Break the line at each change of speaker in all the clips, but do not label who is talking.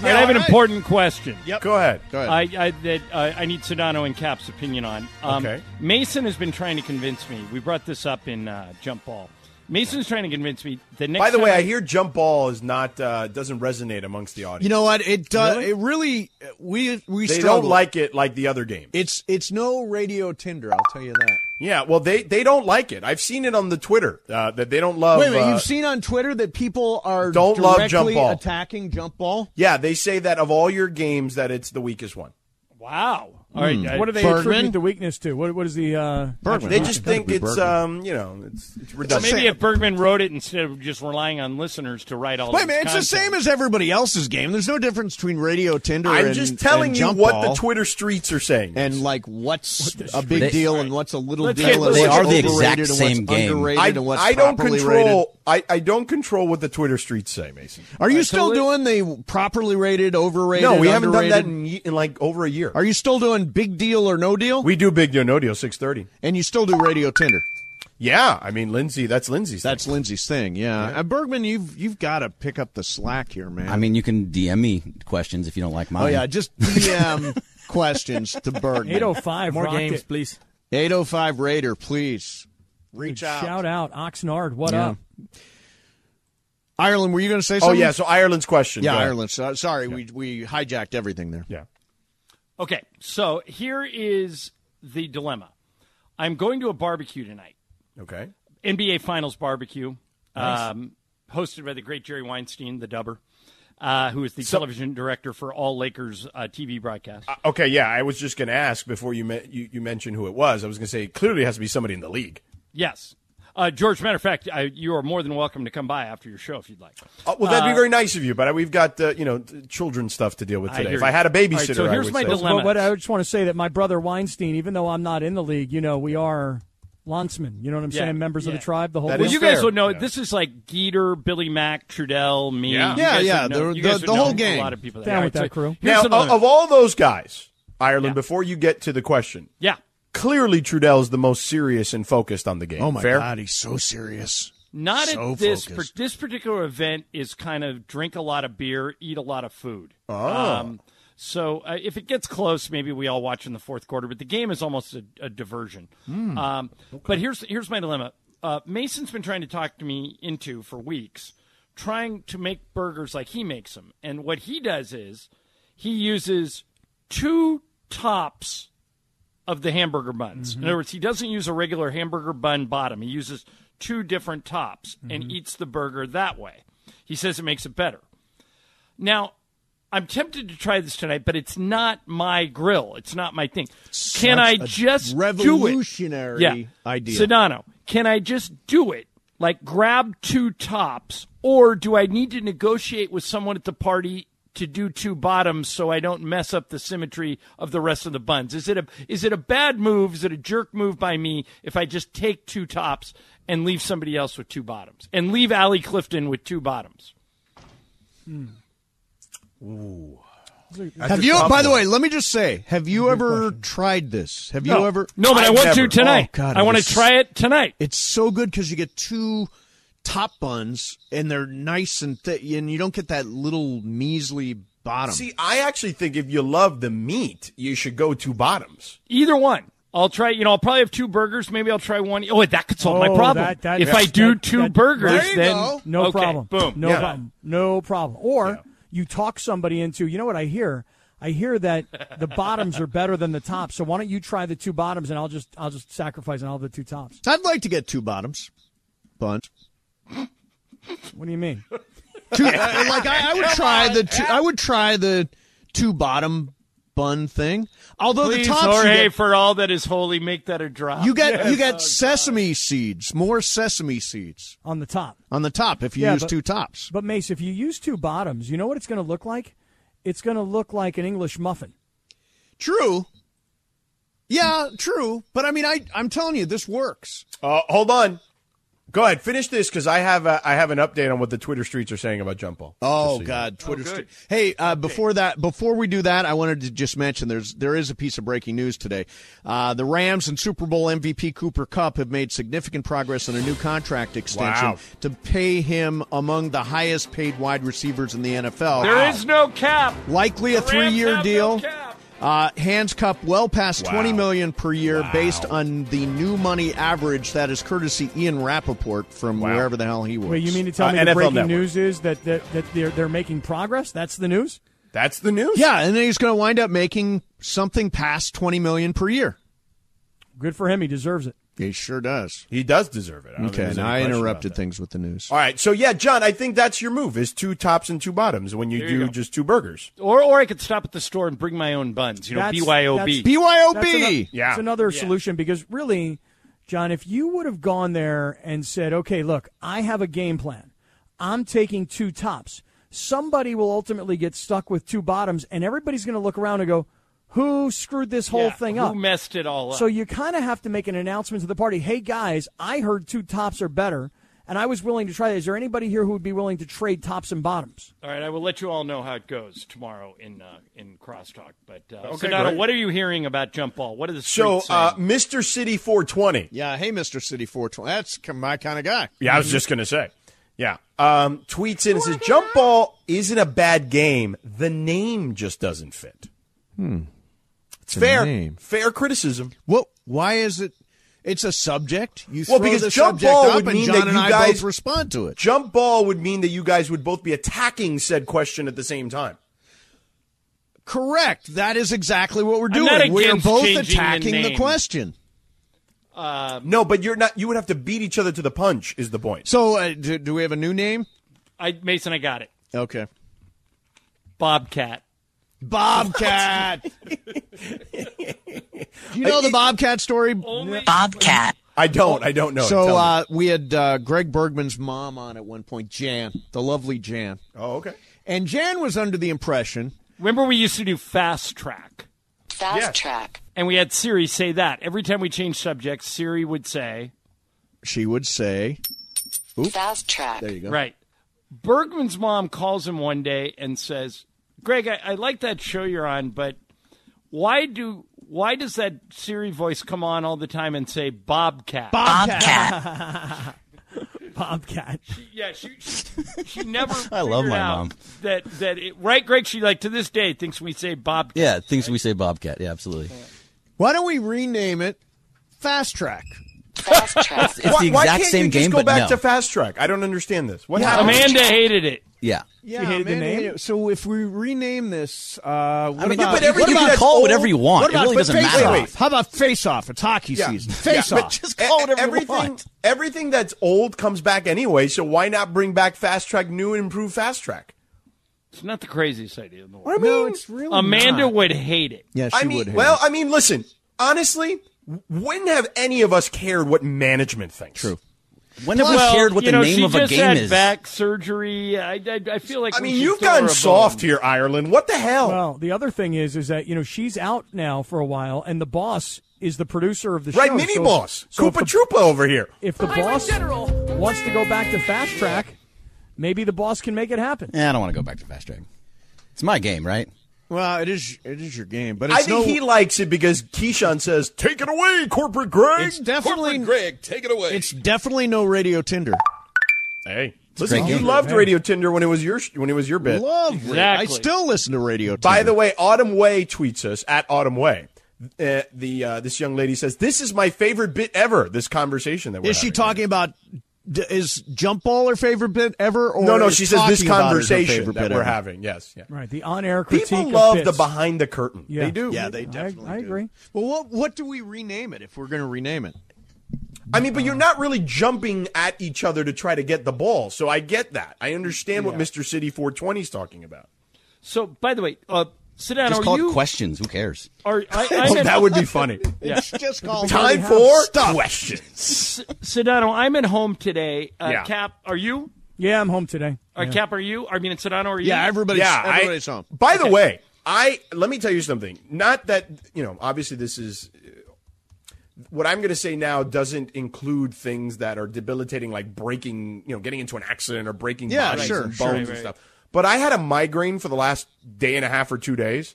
All right, I have an
all right.
important question.
Yep.
Go ahead.
Go ahead.
I, I that uh, I need Sedano and Cap's opinion on. Um,
Okay.
Mason has been trying to convince me. We brought this up in uh, jump ball. Mason's trying to convince me. The next
By the
time
way, I hear jump ball is not uh, doesn't resonate amongst the audience.
You know what? It does. It really. We we
they
struggle.
don't like it like the other game.
It's it's no radio Tinder. I'll tell you that.
yeah, well, they they don't like it. I've seen it on the Twitter uh, that they don't love.
Wait a minute.
uh,
You've seen on Twitter that people are
Don't love jump
directly
ball.
attacking jump ball.
yeah, they say that of all your games, that it's the weakest one.
wow. All right, uh, I-
What do they
Bergman?
attribute the weakness to? What, what is the uh,
Bergman.
They
huh?
just
Better
think
be
it's
Bergman.
um, you know, it's, it's
so
redundant.
maybe if Bergman wrote it instead of just relying on listeners to write all.
Wait
this
a minute. It's the same
content.
as everybody else's game. There's no difference between radio Tinder.
I'm
and-
just
and
telling you
jump
what
ball
the Twitter streets are saying.
and like what's a big
They-
deal and what's a little
Let's
deal.
get-
and
they
what's
are the
overrated
exact
and what's
same game.
underrated
I,
and what's
I don't
properly rated.
control. I, I don't control what the Twitter streets say, Mason.
Are you still doing the properly rated, overrated?
No, we haven't done that in,
underrated?
ye- in like over a year.
Are you still doing big deal or no deal?
we do big deal, no deal, six thirty.
and you still do radio Tinder.
Yeah, I mean Lindsay, that's Lindsay's.
That's
thing.
Lindsay's thing. Yeah, Uh, Bergman, you've you've got to pick up the slack here, man.
I mean, you can DM me questions if you don't like mine.
oh yeah, just DM questions to
eight oh
Bergman.
five?
More games, please.
Eight oh five Raider, please reach out.
Shout out Oxnard. What
Yeah.
up?
Ireland, were you going to say
Oh
something?
yeah, so Ireland's question.
yeah,
Go ahead.
Ireland. So, sorry, we we hijacked everything there.
Yeah.
Okay, so here is the dilemma. I'm going to a barbecue tonight.
Okay.
NBA Finals barbecue, um, hosted by the great Jerry Weinstein, the Dubber, uh, who is the television director for all Lakers uh, TV broadcasts.
Okay, yeah, I was just going to ask before you, me- you you mentioned who it was. I was going to say clearly it has to be somebody in the league.
yes, uh, George. Matter of fact, I, you are more than welcome to come by after your show if you'd like.
Uh, well, that'd be very nice of you, but I, we've got uh, you know t- children stuff to deal with today.
hear
if I
you.
had a babysitter,
All right, so
I
here's
would
my
say-
dilemma.
But, but I just want to say that my brother Weinstein, even though I'm not in the league, you know, we are lancemen. You know what I'm
Yeah,
saying? Members of
yeah.
the tribe, the whole.
That
Well,
is
you
deal.
fair.
guys would know.
Yeah.
This is like Geeter, Billy Mack, Trudell, me.
Yeah.
You
Yeah,
guys
yeah,
would know-
the-
you guys
the-
would
the whole
know
gang.
A lot of people.
Down
All
with
right,
that crew.
Here's
now, oh,
the
of,
dilemma.
of all those guys, Ireland,
Yeah.
before you get to the question,
yeah.
clearly Trudell is the most serious and focused on the game.
Oh my
Fair?
God, he's so serious.
Not
So
at this.
focused.
par- this particular event is kind of drink a lot of beer, eat a lot of food. Oh.
Ah.
so uh, if it gets close, maybe we all watch in the fourth quarter. But the game is almost a, a diversion.
Hmm.
um, But here's here's my dilemma. Uh, Mason's been trying to talk to me into for weeks, trying to make burgers like he makes them. And what he does is he uses two tops of the hamburger buns.
Mm-hmm.
In other words, he doesn't use a regular hamburger bun bottom. He uses two different tops
Mm-hmm.
and eats the burger that way. He says it makes it better. Now, I'm tempted to try this tonight, but it's not my grill. It's not my thing. can I
a
just
revolutionary
do it? Yeah.
idea.
Sedano, can I just do it? Like grab two tops, or do I need to negotiate with someone at the party to do two bottoms so I don't mess up the symmetry of the rest of the buns? Is it a is it a bad move? Is it a jerk move by me if I just take two tops and leave somebody else with two bottoms and leave Allie Clifton with two bottoms?
Have you? By the way, let me just say, have you ever tried this? Have you
no.
ever?
No, but I,
I've
want
never.
to tonight.
Oh, God,
I
it
want to
is-
try it tonight.
It's so good because you get two top buns and they're nice and thick, and you don't get that little measly bottom.
See, I actually think if you love the meat, you should go to bottoms.
Either one. I'll try. You know, I'll probably have two burgers. Maybe I'll try one. Oh, that could solve my
Oh,
problem.
that- that-
if
yeah.
I do
that-
two
that-
burgers,
There you
then
go.
No
okay,
problem.
Boom.
No
Yeah.
problem. No problem. Or you talk somebody into. You know what I hear? I hear that the bottoms are better than the tops. So why don't you try the two bottoms, and I'll just I'll just sacrifice and I'll have the two tops.
I'd like to get two bottoms buns.
What do you mean?
Two, uh, like I, I would try the two, I would try the two bottom bun thing. Although
Please,
the tops you
Jorge,
get,
for all that is holy, make that a drop.
you get, you get sesame seeds, more sesame seeds
On the top.
on the top if you
Yeah,
use
but-
two tops.
But Mace, if you use two bottoms, you know what it's going to look like. it's going to look like an English muffin.
True. Yeah, true. But I mean, I I'm telling you, this works.
Uh, hold on. Go ahead, finish this because I have a, I have an update on what the Twitter streets are saying about jump ball.
Oh God, Twitter.
good.
street. Hey, uh, before that, before we do that, I wanted to just mention there's there is a piece of breaking news today. Uh, the Rams and Super Bowl MVP Cooper Cup have made significant progress on a new contract extension
Wow.
to pay him among the highest paid wide receivers in the NFL.
There is no cap.
likely a
The Rams
three-year
have
deal.
no cap.
Uh, hands cup well past
Wow.
20 million per year
Wow.
based on the new money average that is courtesy Ian Rappaport from
Wow.
wherever the hell he works.
Wait, you mean to tell
Uh,
me the
NFL
breaking
Network.
news is that, that that they're they're making progress? That's the news.
That's the news.
Yeah, and then he's going to wind up making something past 20 million per year.
Good for him. He deserves it.
He sure does.
he does deserve it. I don't think
Okay,
there's
now
any
I
question about
interrupted
that.
things with the news.
All right, so yeah, John, I think that's your move: is two tops and two bottoms when you
There you
do
go.
just two burgers.
Or, or I could stop at the store and bring my own buns. You know,
That's-
BYOB.
that's-
BYOB.
That's,
Yeah.
It's another solution because really, John, if you would have gone there and said, okay, look, I have a game plan, I'm taking two tops, somebody will ultimately get stuck with two bottoms, and everybody's going to look around and go, who screwed this whole
Yeah,
thing
who
up?
messed it all up?
So you kind of have to make an announcement to the party. Hey guys, I heard two tops are better, and I was willing to try that. Is there anybody here who would be willing to trade tops and bottoms?
All right, I will let you all know how it goes tomorrow in uh, in crosstalk. But uh,
Okay,
Sonato,
great.
what are you hearing about jump ball? What are the
So,
streets
uh,
saying?
Mr. City 420.
Yeah, hey, Mr. City 420. That's my kind of guy.
Yeah, I was just gonna say. Yeah, um, tweets in and says jump ball isn't a bad game. The name just doesn't fit. Hmm, it's
The
fair.
name.
Fair criticism.
What? Why is it? It's a subject. You
Well,
throw
because
the
jump
subject
ball
up,
would
and
mean
John
that
and
you
I
guys-
both respond to it.
Jump ball would mean that you guys would both be attacking said question at the same time.
Correct. That is exactly what we're
I'm
doing.
not
We're
against
both
changing the
attacking the,
name.
question.
No, but you're not. You would have to beat each other to the punch. Is the point?
So, uh, do, do we have a new name?
I, Mason, I got it.
Okay.
Bobcat.
Bobcat. do you know the Bobcat story?
Only
Bobcat.
I don't. I don't know. Tell
So
me.
uh, we had uh, Greg Bergman's mom on at one point, Jan, the lovely Jan,
oh, okay.
and Jan was under the impression
remember we used to do fast track,
Fast
Yes.
track.
and we had Siri say that every time we changed subjects. Siri would say,
she would say,
Fast track.
"There you go."
"Right." Bergman's mom calls him one day and says, "Greg, I, I like that show you're on, but why do why does that Siri voice come on all the time and say Bobcat?"
Bobcat.
Bobcat.
Yeah, she she, she never.
I love
figured
my
out
mom.
That that it, right, Greg. She like to this day thinks we say Bob.
Yeah, things we say Bobcat. Yeah, absolutely.
Why don't we rename it Fast Track?
Fast track.
It's the exact
why can't
same
you just
game,
go
but
back
no.
to fast track? I don't understand this. What happened?
Amanda hated it.
yeah.
Yeah,
hated the
man,
name?
yeah. So if we rename this, uh, what
I mean,
about,
but every,
what
you
about-
can call whatever you want.
What about
it really
but
doesn't
face
matter.
off?
Wait, wait.
How about face off? It's hockey season. Face
Yeah, but
off.
just
call
e-
whatever you
everything,
want.
Everything that's old comes back anyway. So why not bring back fast track, new and improved fast track?
It's not the craziest idea in the world.
What I mean,
no, it's really
Amanda
Not.
would hate it.
Yeah, she
I
would.
mean,
hate
well,
it.
I mean, listen, honestly, when have any of us cared what management thinks? True.
When have we
Well,
shared what
you
the
know, she
name of a
just
game
had
is?
Back surgery. I, I, I feel like
I
we
mean,
should
you've
throw her
gone
a
soft
bone.
here, Ireland. What the hell?
Well, the other thing is, is that you know she's out now for a while, and the boss is the producer of the
right,
show.
mini
so-
boss,
So if
Koopa
the,
Troopa over here.
if the boss wants to go back to fast track, maybe the boss can make it happen.
Eh, I don't want to go back to fast track. It's my game, right?
well, it is. It is your game, but it's
I think
no,
he likes it because Keyshawn says, "Take it away, corporate Greg."
It's definitely-
corporate Greg. Take it away.
It's definitely no radio Tinder.
hey,
a
listen,
great
you
game.
loved Radio Tinder when it was your when it was your bit.
Lovely. I
Exactly.
still listen to radio. Tinder.
By the way, Autumn Way tweets us at Autumn Way. Uh, the uh, this young lady says, "This is my favorite bit ever." This conversation that we're
is she
having.
talking about? d- Is jump ball her favorite bit ever? Or
No, no.
is
She says this
talking about it her
conversation
favorite
that
bit
we're
ever?
having. Yes, yeah.
Right, the on-air critique.
People
of
love
bits.
the behind the curtain.
Yeah.
They do.
Yeah, they
I-
definitely.
I
do.
agree.
Well, what what do we rename it if we're going to rename it?
I mean, but you're not really jumping at each other to try to get the ball. So I get that. I understand what Mr. City 420 is talking about.
So, by the way, uh, Sedano,
Just
are
call
you?
it questions. Who cares?
Are, I, I'm
Oh,
at-
that would be funny.
yeah.
Just call
Time for questions.
Sedano, I'm at home today. Uh,
Yeah.
Cap, are you?
Yeah, I'm home today.
All right, Cap, are you? I mean, it's an honor. Are you?
Yeah, everybody's,
yeah, I-
everybody's home.
By the way, I let me tell you something. Not that you know, obviously this is uh, what I'm going to say now doesn't include things that are debilitating, like breaking, you know, getting into an accident or breaking
Yeah,
bodies
sure,
and bones
sure.
and stuff. But I had a migraine for the last day and a half or two days.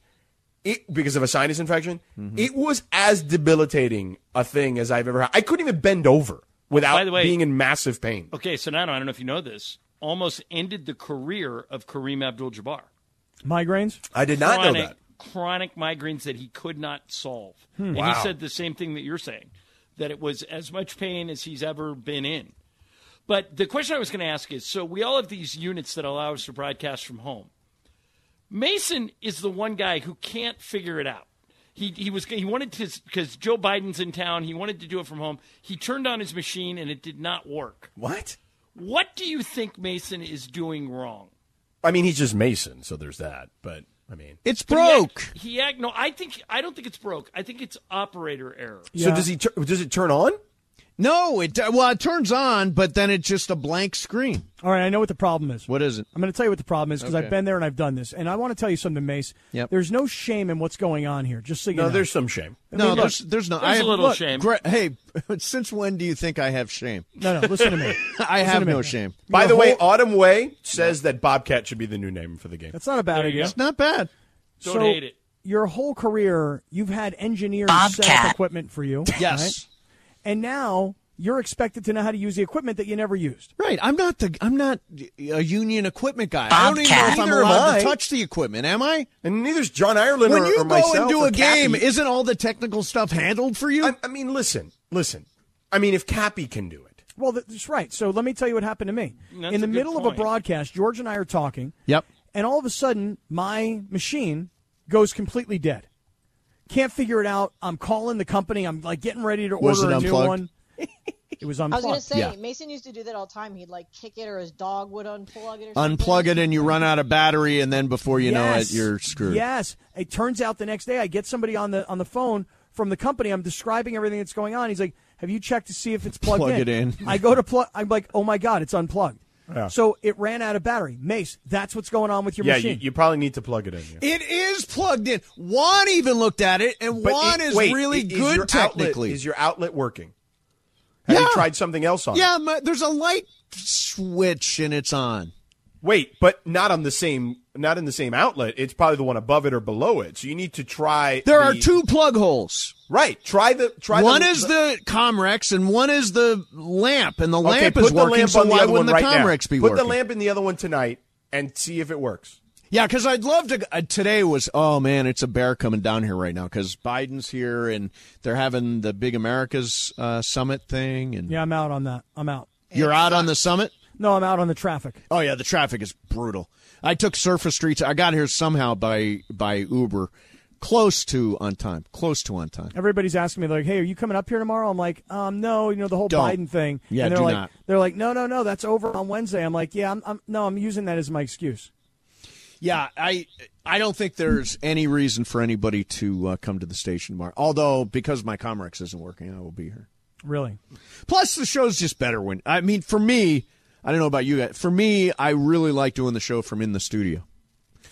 It, because of a sinus infection, it was as debilitating a thing as I've ever had. I couldn't even bend over
By
without
the way-
being in massive pain.
Okay, so now I don't know if you know this. Almost ended the career of Kareem Abdul-Jabbar.
Migraines?
I did not know
chronic,
that. Hmm.
Chronic migraines that he could not solve. And he said the same thing that you're saying, that it was as much pain as he's ever been in. But the question I was going to ask is so we all have these units that allow us to broadcast from home. Mason is the one guy who can't figure it out. He, he was he wanted to because Joe Biden's in town. He wanted to do it from home. He turned on his machine and it did not work.
What?
What do you think Mason is doing wrong?
I mean, he's just Mason, so there's that. But I mean,
It's
He
broke.
act- He act. No, I think I don't think it's broke. I think it's operator error.
so does he? Tur- does it turn on?
No, it well it turns on, but then it's just a blank screen.
All right, I know what the problem is.
What is it?
I'm going to tell you what the problem is because
Okay.
I've been there and I've done this. And I want to tell you something, Mace.
Yep.
There's no shame in what's going on here, just so you
No,
know.
there's some shame.
No, there's there's no.
there's
I
a
have-
little
look,
shame.
Gre- hey, since when do you think I have shame?
no, no, listen to me.
I
Listen
have
to me.
no shame.
By
Your
the way,
whole-
Autumn Way says that Bobcat should be the new name for the game.
That's not a bad
There you
idea.
go.
It's not bad.
Don't
so
hate it.
Your whole career, you've had engineers set up
Bobcat.
equipment for you.
Yes.
right? And now you're expected to know how to use the equipment that you never used.
Right. I'm not the I'm not a union equipment guy. I don't even know if
Bobcat.
I'm
Neither am
allowed
I.
to touch the equipment. Am I?
And neither's John Ireland
when
or,
you
or
go
myself.
and do
or
a game,
Cappy.
isn't all the technical stuff handled for you?
I, I mean, listen, listen. I mean, if Cappy can do it,
Well, that- that's right. So let me tell you what happened to me.
That's
In the
a good
middle of
point.
a broadcast, George and I are talking.
Yep.
And all of a sudden, my machine goes completely dead. Can't figure it out. I'm calling the company. I'm like getting ready to order
Was
a
it
new
unplugged?
one. It was
I was
unplugged.
gonna say
Yeah.
Mason used to do that all the time. He'd like kick it, or his dog would unplug it. Or
Unplug
something.
it and you run out of battery, and then before you know it,
Yes.
you're screwed.
Yes. It turns out the next day I get somebody on the on the phone from the company. I'm describing everything that's going on. He's like, "Have you checked to see if it's plugged
Plug
in?"
it in.
I go to plug. I'm like, "Oh my god, it's unplugged." So it ran out of battery. Mace, that's what's going on with your
yeah, you,
machine.
you probably need to plug it in. yeah.
It is plugged in. Juan even looked at it, and
But
Juan
it-
is
wait,
really
i- is
good
your outlet-
technically.
is your outlet working? Have you
Yeah.
tried something else on?
yeah,
It?
my, there's a light switch and it's on.
Wait, but not on the same. Not in the same outlet. It's probably the one above it or below it. So you need to try.
There
the-
are two plug holes.
Right. Try the try.
one
the,
is the Comrex and one is the lamp, and the lamp
put
is
the
working.
lamp
so
on the
why
other
wouldn't
one
the
right now.
Comrex be
Put
working?
the lamp in the other one tonight and see if it works.
Yeah, because I'd love to. Uh, today was oh man, it's a bear coming down here right now because Biden's here and they're having the big America's uh, summit thing, and
yeah, I'm out on that. I'm out.
you're out on the summit.
No, I'm out on the traffic.
Oh yeah, the traffic is brutal. I took surface streets. I got here somehow by by Uber, close to on time, close to on time.
Everybody's asking me like, "Hey, are you coming up here tomorrow?" I'm like, "Um, no, you know the whole
Don't.
Biden thing."
Yeah,
and they're
do
like,
not.
They're like, "No, no, no, that's over on Wednesday." I'm like, "Yeah, I'm, I'm no, I'm using that as my excuse."
Yeah, I I don't think there's any reason for anybody to uh, come to the station tomorrow. Although because my Comrex isn't working, I will be here.
Really?
Plus, the show's just better when I mean, for me, I don't know about you guys. For me, I really like doing the show from in the studio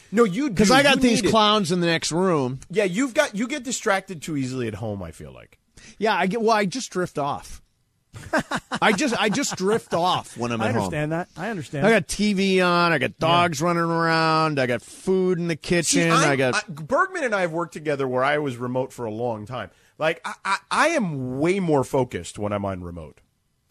No, you
because I got these
clowns.
clowns in the next room.
Yeah, you've got you get distracted too easily at home. I feel like.
Yeah, I get. Well, I just drift off. I just I just drift off when I'm
I
at home.
understand that. I understand.
I got TV on. I got dogs running around. I got food in the kitchen.
I'm-
I got.
Bergman and I have worked together where I was remote for a long time. Like I, I, I am way more focused when I'm on remote.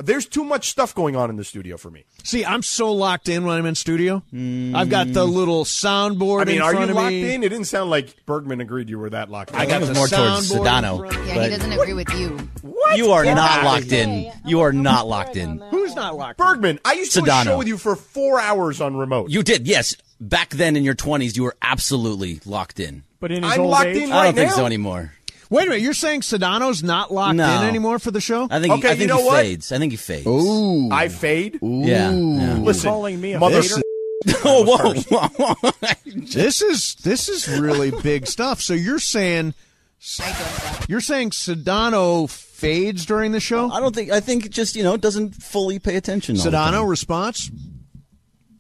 There's too much stuff going on in the studio for me.
see, I'm so locked in when I'm in studio. I've got
Mm.
the little soundboard.
I mean,
in
are you
front of
locked
me.
in? It didn't sound like Bergman agreed you were that locked in.
I got
It was
the
more towards
soundboard in
Sedano.
front of me.
Yeah, he doesn't agree with you.
But you are not locked in.
Hey, I'm-
You are
I'm
not
with
locked
Greg on
in.
that
Who's
one.
not locked? in?
Bergman. I used to do a
Sedano.
show with you for four hours on remote.
You did, yes. Back then in your 20s, you were absolutely locked in.
but in his
I'm
old
locked
age,
in
I
right
don't think
now.
so anymore.
Wait a minute, you're saying Sedano's not locked
No.
in anymore for the show?
I think,
Okay,
he, I
you
think
know
he
what?
fades. I think he fades.
I fade.
Yeah. yeah.
Listen,
calling me a
mother.
fader?
Oh, whoa, whoa, whoa.
This is this is really big stuff. So you're saying you're saying Sedano fades during the show?
I don't think. I think it just you know doesn't fully pay attention. all the
Sedano
time.
response?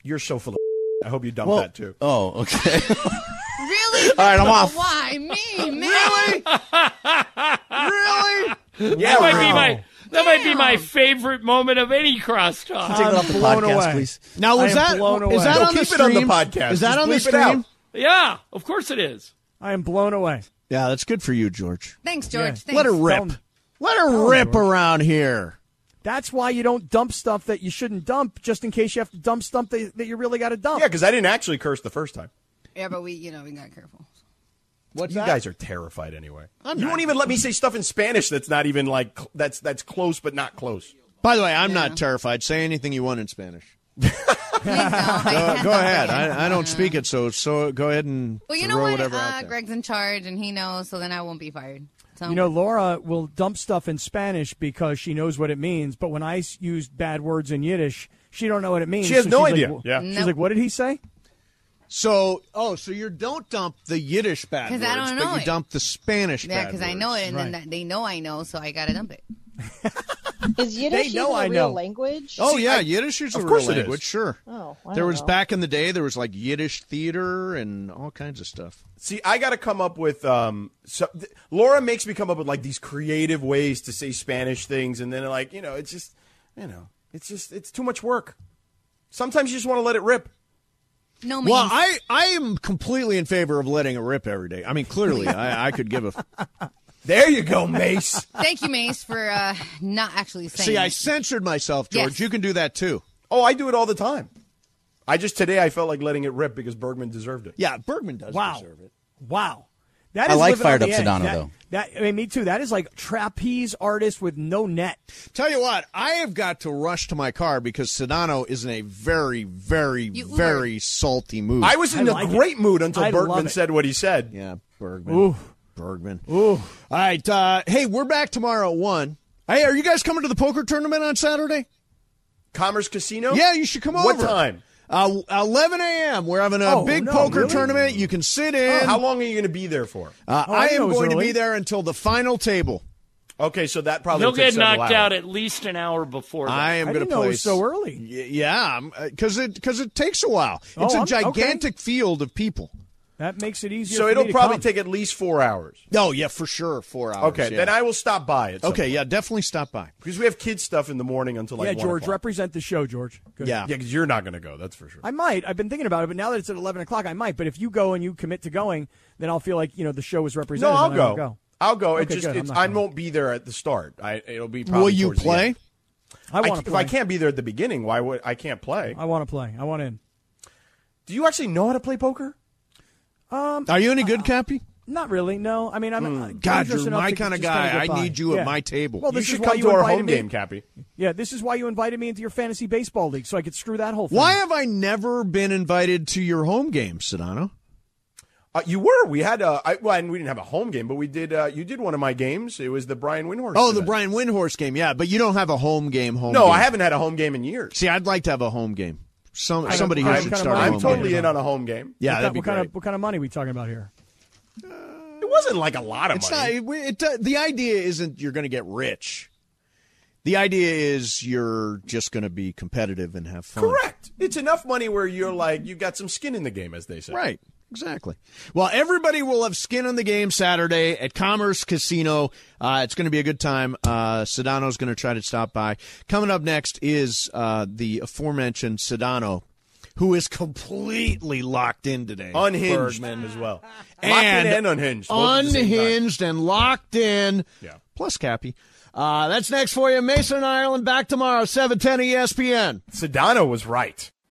You're so full of. I hope you dump that too.
Oh, okay.
Really?
All right, I'm off.
Why me, man?
really? really?
Yeah,
That might be
wow.
my that might be my favorite moment of any crosstalk.
Take it off the
blown
podcast,
away.
please.
Now
I
was
am
that
blown away.
is that
No,
on the
keep it on
stream?
the podcast.
Is that
Just
on the
bleep it out.
stream?
Yeah, of course it is.
I am blown away.
Yeah, that's good for you, George.
Thanks, George. Thanks.
Let her
Tell
rip.
'em.
Let her rip around here.
That's why you don't dump stuff that you shouldn't dump, just in case you have to dump stuff that, that you really got to dump.
Yeah, because I didn't actually curse the first time.
Yeah, but we, you know, we got careful.
you guys are terrified anyway. you won't even let me say stuff in Spanish that's not even like cl- that's that's close but not close.
By the way, I'm not terrified. Say anything you want in Spanish.
go,
Go ahead. I, I don't speak it, so so go ahead and
Well, you
throw
know what?
whatever
Uh,
out there.
Greg's in charge, and he knows, so then I won't be fired. So
You know, Laura will dump stuff in Spanish because she knows what it means. But when I s- use bad words in Yiddish, she don't know what it means.
She has
so
no
she's
idea.
Like, "Wh-
Yeah.
she's
Nope.
like, "What did he say?"
So, oh, so you don't dump the Yiddish bad
'Cause
words,
I don't know
but you
it.
dump the Spanish
yeah,
bad
because
words.
I know it, and then that, they know I know, so I gotta dump it.
Is Yiddish
know
even a
I
real
know.
language?
Oh yeah, Yiddish is a
of
real
course it is.
language, sure.
Oh, I
there
don't
was
know.
back in the day, there was like Yiddish theater and all kinds of stuff.
See, I got to come up with. Um, so, th- Laura makes me come up with like these creative ways to say Spanish things, and then like you know, it's just you know, it's just it's too much work. Sometimes you just want to let it rip.
No,
Well,
means.
I I am completely in favor of letting it rip every day. I mean, clearly, I, I could give a.
There you go, Mace.
Thank you, Mace, for uh, not actually saying.
See, I
it.
censored myself, George.
Yes.
You can do that too.
oh, I do it all the time. I just today I felt like letting it rip because Bergman deserved it.
Yeah, Bergman does
Wow.
deserve it.
Wow. That
I
is
like
living on
Fired
the
Up
edge.
Sedano,
That-
though.
That I mean, me too. That is like trapeze artist with no net.
Tell you what, I have got to rush to my car because Sedano is in a very, very,
You Uber.
very salty mood.
I was in
I
a
like it.
great mood until
I love
Bergman
it.
said what he said.
Yeah, Bergman. Bergman. All right. Uh, hey, we're back tomorrow at 1. Hey, are you guys coming to the poker tournament on Saturday?
Commerce Casino.
Yeah, you should come
What
over.
time?
Uh, 11 a.m. We're having a
Oh,
big
no,
poker
really?
tournament. You can sit in.
How long are you going to be there for?
uh,
Oh, I
I
didn't know it
am
was
going to
early.
be there until the final table.
Okay, so that probably
They'll
took
get
several
knocked
hours.
out at least an hour before that.
I am
I
going to
didn't
play
know it was so early.
Y- Yeah, because it because it takes a while.
Oh,
it's a
I'm- okay.
gigantic field of people.
That makes it easier.
So
for
it'll
me to
probably
come.
take at least four hours.
Oh yeah, for sure, four hours.
Okay,
yeah.
then I will stop by. At some
okay,
point.
yeah, definitely stop by.
because we have kids stuff in the morning until like
Yeah,
1
George,
o'clock.
represent the show, George. Good.
Yeah,
yeah, because you're not going to go. That's for sure.
I might. I've been thinking about it, but now that it's at eleven o'clock, I might. But if you go and you commit to going, then I'll feel like you know the show is represented.
no, I'll
and I
go.
won't go.
I'll go. It
Okay,
just
good, I'm
it's,
not
I
going.
won't be there at the start. I it'll be. Probably
Will you
towards the
play?
end.
I want to
if
play.
I can't be there at the beginning, why would I can't play?
I want to play. I want in.
Do you actually know how to play poker?
Are you any
Uh,
good, Cappy?
Not really. No. I mean, I'm. I'm
Hmm. God,
just
you're
enough
my
to
kinda
just kinda
guy.
get
I
by.
need you at
Yeah.
my table.
Well,
You
this
you
is
should
why
come
you
to our
invited
home
me.
game, Cappy.
Yeah, this is why you invited me into your fantasy baseball league so I could screw that whole thing.
Why have I never been invited to your home game, Sedano?
Uh, you were. We had. Uh, I, well, and we didn't have a home game, but we did. Uh, you did one of my games. It was the Brian Windhorst.
Oh, the
event.
Brian Windhorse game. Yeah, but you don't have a home game. Home.
No,
game.
I haven't had a home game in years.
See, I'd like to have a home game. Some
don't-
somebody
I
here
don't
should
kinda
start. a
mind-
I'm
home
totally
game.
in on a home game.
Yeah,
What
that'd
kind-
be
what kind
great.
of what kind of money we talking about here?
It wasn't like a lot of
It's
money.
not. It, it, the idea isn't you're going to get rich. The idea is you're just going to be competitive and have fun.
Correct. It's enough money where you're like you've got some skin in the game, as they say.
Right. Exactly. Well, everybody will have skin in the game Saturday at Commerce Casino. Uh, it's going to be a good time. Uh, Sedano's going to try to stop by. Coming up next is uh, the aforementioned Sedano, who is completely locked in today.
Unhinged
Bergman.
as well.
and,
Locked in and unhinged. both at the same time.
unhinged and locked in.
Yeah.
Plus Cappy. Uh, that's next for you. Mason and Ireland back tomorrow, E 710 ESPN.
Sedano was right.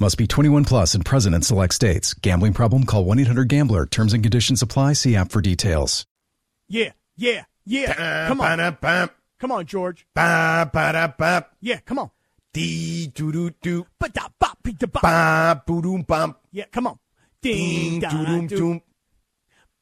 Must be 21 plus and present in select states. Gambling problem? Call 1 800 Gambler. Terms and conditions apply. See app for details.
Yeah, yeah, yeah. Come on,
Ba-da-bum,
come on, George.
ba-ba-da-bum,
Yeah, come on.
dee-doo-doo-doo,
Ba-da-bop, ba-da-bop.
ba-boo-doom-bum.
Yeah, come on.
doom,
Ding, dong,
doom.
doom.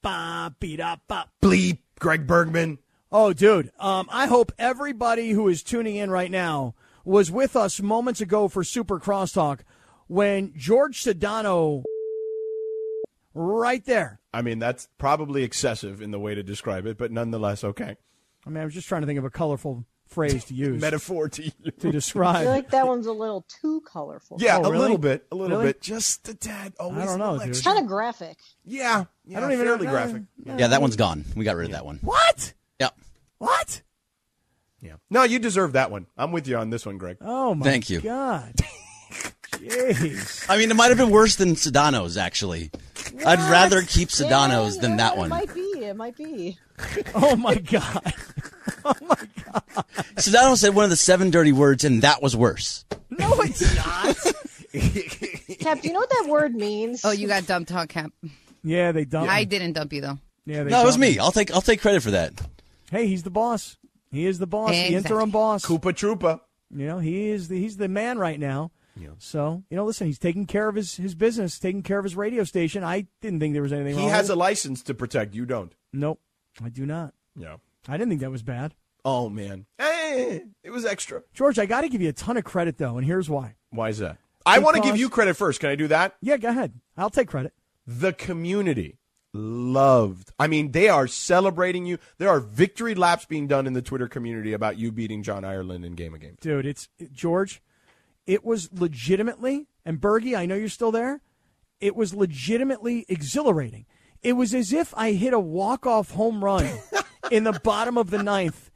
Ba, beat up, ba.
Bleep, Greg Bergman.
Oh, dude. Um, I hope everybody who is tuning in right now was with us moments ago for Super Crosstalk when George Sedano, right there.
I mean, that's probably excessive in the way to describe it, but nonetheless, okay.
I mean, I was just trying to think of a colorful phrase to use.
Metaphor to use.
To
I
describe.
feel like that one's a little too colorful.
Yeah,
Oh,
a
really?
little bit, a little
Really?
bit, just a tad. Always
I don't
a
know,
little
dude.
It's
extra.
kind of graphic.
Yeah, yeah,
don't even
fairly
know-
graphic.
Yeah, that one's gone. We got rid of that one.
What?
Yep.
What?
Yeah. No, you deserve that one. I'm with you on this one, Greg.
Oh, my
Thank you.
God. Jeez.
I mean, it might have been worse than Sedano's, actually. I'd rather keep
Yeah,
Sedano's
yeah,
than that
It
one.
might be. It might be.
Oh, my God.
Sedano said one of the seven dirty words, and that was worse.
No, it's not.
Cap, do you know what that word means?
Oh, you got dumped, huh, Cap?
yeah, they dumped.
I didn't dump you though.
yeah, they
No, it was
dumped.
me. I'll take I'll take credit for that.
Hey, he's the boss. He is the boss, the
Exactly.
interim boss.
Koopa Troopa.
You know, he is the, he's the man right now. So, you know, listen, he's taking care of his, his business, taking care of his radio station. I didn't think there was anything wrong.
He has a
with
license to protect. You don't.
it. Nope, I do not.
Yeah.
I didn't think that was bad.
Oh man. Eh, it was extra.
George, I got to give you a ton of credit, though, and here's why.
Why is that? I want to give
Because-
you credit first. Can I do that?
Yeah, go ahead. I'll take credit.
The community loved. I mean, they are celebrating you. There are victory laps being done in the Twitter community about you beating John Ireland in Game of Games.
Dude, it's George, it was legitimately, and Bergie, I know you're still there. It was legitimately exhilarating. It was as if I hit a walk off home run in the bottom of the ninth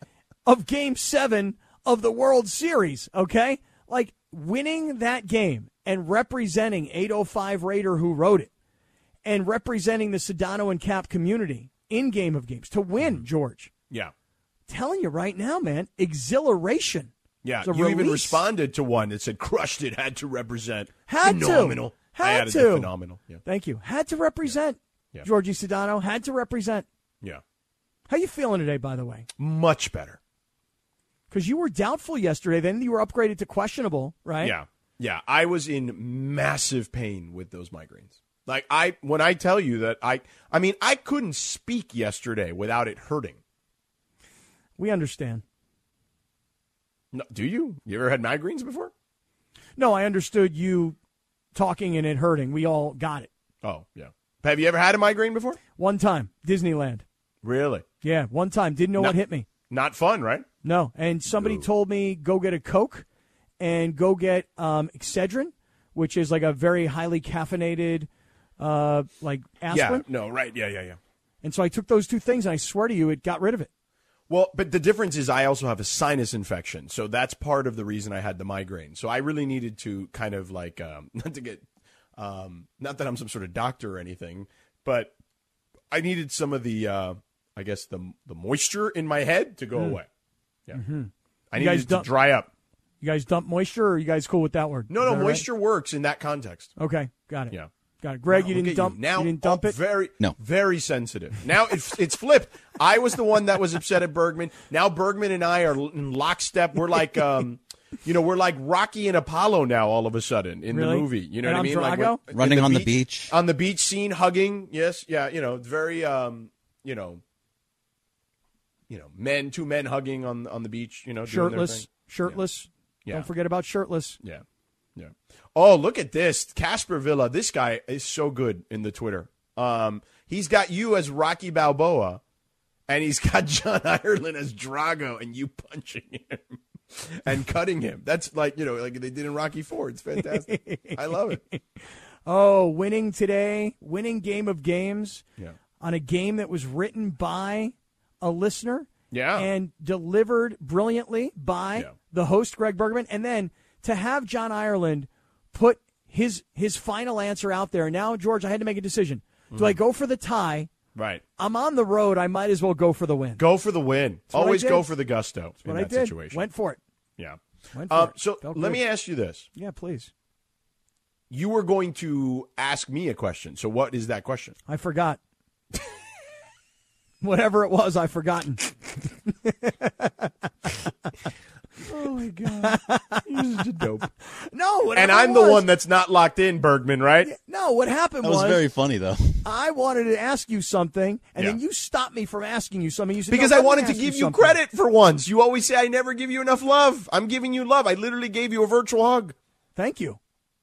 of game seven of the World Series, okay? Like winning that game and representing 805 Raider who wrote it and representing the Sedano and Cap community in Game of Games to win, George.
Yeah.
Telling you right now, man, exhilaration.
Yeah.
It's
You
a
even
release.
responded to one that said crushed it, had to represent.
Had to.
phenomenal. I
Had
added
to.
the phenomenal. Yeah.
Thank you. Had to represent
Yeah.
Georgie Sedano. Had to represent.
Yeah.
How you feeling today, by the way?
Much better.
Because you were doubtful yesterday. Then you were upgraded to questionable, right?
Yeah. Yeah. I was in massive pain with those migraines. Like I when I tell you that I I mean I couldn't speak yesterday without it hurting.
We understand.
No, do you? You ever had migraines before?
No, I understood you talking and it hurting. We all got it.
Oh, yeah. Have you ever had a migraine before?
One time, Disneyland.
Really?
Yeah, one time. Didn't know
No.
what hit me.
Not fun, right?
No. And somebody told me go get a Coke and go get um, Excedrin, which is like a very highly caffeinated, uh, like aspirin.
Yeah. No, right. Yeah, yeah, yeah.
And so I took those two things, and I swear to you, it got rid of it.
Well, but the difference is I also have a sinus infection, so that's part of the reason I had the migraine. So I really needed to kind of like um, not to get um, not that I'm some sort of doctor or anything, but I needed some of the uh, I guess the the moisture in my head to go away. Yeah, I
Hmm. Mm-hmm. You
needed
guys
it to
don't-
dry up.
You guys dump moisture, or are you guys cool with that word?
No,
Is
no,
that right?
moisture works in that context.
Okay, got it.
Yeah.
got it. Greg,
Wow,
you
look
didn't
at
dump.
Now
you didn't dump
oh,
it.
Very
No.
very sensitive. Now it's it's flipped. I was the one that was upset at Bergman. Now Bergman and I are in lockstep. We're like um you know, we're like Rocky and Apollo now all of a sudden in
Really?
the movie. You know what I
And I'm
mean? Like
Drago?
when-
Running
in
on the beach.
On the beach scene, hugging. Yes, yeah, you know, it's very um you know you know, men, two men hugging on on the beach, you know, doing their
shirtless,
thing.
shirtless.
Yeah.
Don't forget about shirtless.
Yeah. Yeah. Oh, look at this. Casper Villa. This guy is so good in the Twitter. Um, he's got you as Rocky Balboa, and he's got John Ireland as Drago, and you punching him and cutting him. That's like, you know, like they did in Rocky Four. It's fantastic. I love it.
Oh, winning today, winning game of games
Yeah.
on a game that was written by a listener.
Yeah.
and delivered brilliantly by
Yeah.
the host Greg Bergman, and then to have John Ireland put his his final answer out there. Now, George, I had to make a decision.
Hmm.
Do I go for the tie?
Right.
I'm on the road. I might as well go for the win.
Go for the win.
what I
Always
did.
go for the gusto in
what I
that
did.
situation.
Went for it.
yeah.
Went for
Um,
it.
so
Felt
let
good.
me ask you this.
Yeah, please.
You were going to ask me a question. So what is that question?
I forgot. Whatever it was, I've forgotten. my god, he's just a dope. No, whatever
Oh, and I'm
it
the
was-
one that's not locked in, Bergman, right?
No, what happened
That was very funny though.
I wanted to ask you something, and
Yeah.
then you stopped me from asking you something. You said
because
"No,
I
let me
wanted to
ask
give you,
something."
credit for once. You always say I never give you enough love. I'm giving you love. I literally gave you a virtual hug.
Thank you,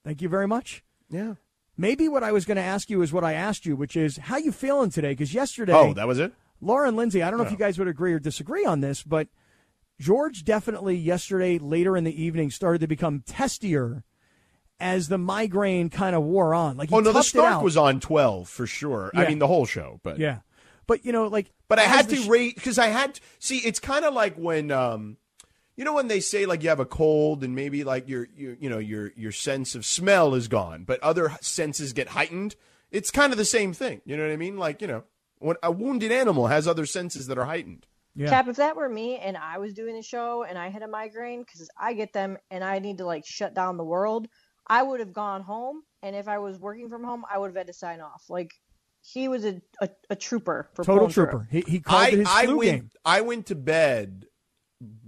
thank you very much.
Yeah.
Maybe what I was going to ask you is what I asked you, which is how you feeling today? Because yesterday,
Oh, that was it.
Lauren Lindsay, I don't know if
Oh.
you guys would agree or disagree on this, but George definitely yesterday, later in the evening, started to become testier as the migraine kind of wore on. Like he
Oh no, the
toughed it
snark
out.
was on twelve for sure. I
Yeah.
mean, the whole show, but
yeah, but you know, like,
But I
as
had
the
to rate because I had to, see. It's kind of like when, um, you know, when they say like you have a cold and maybe like your, your you know your your sense of smell is gone, but other senses get heightened. It's kind of the same thing. You know what I mean? Like you know, when a wounded animal has other senses that are heightened.
Yeah.
Cap, if that were me and I was doing the show and I had a migraine, because I get them and I need to like shut down the world, I would have gone home. And if I was working from home, I would have had to sign off. Like, he was a, a, a trooper for
total
pulling through.
trooper. He, he called it his flu
went,
game.
I went to bed.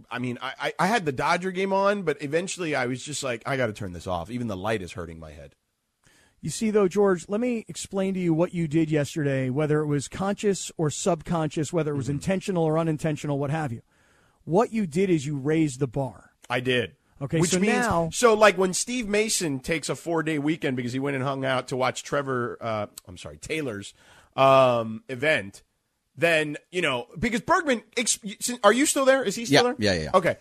I mean, I, I, I had the Dodger game on, but eventually I was just like, I got to turn this off. Even the light is hurting my head.
You see, though, George, let me explain to you what you did yesterday, whether it was conscious or subconscious, whether it was
Mm-hmm.
intentional or unintentional, what have you. What you did is you raised the bar.
I did.
Okay,
Which
so
means,
now-
so like when Steve Mason takes a four day weekend because he went and hung out to watch Trevor, uh, I'm sorry, Taylor's um, event, then you know because Bergman, ex- are you still there? Is he still
Yeah,
there?
yeah, yeah, yeah.
Okay,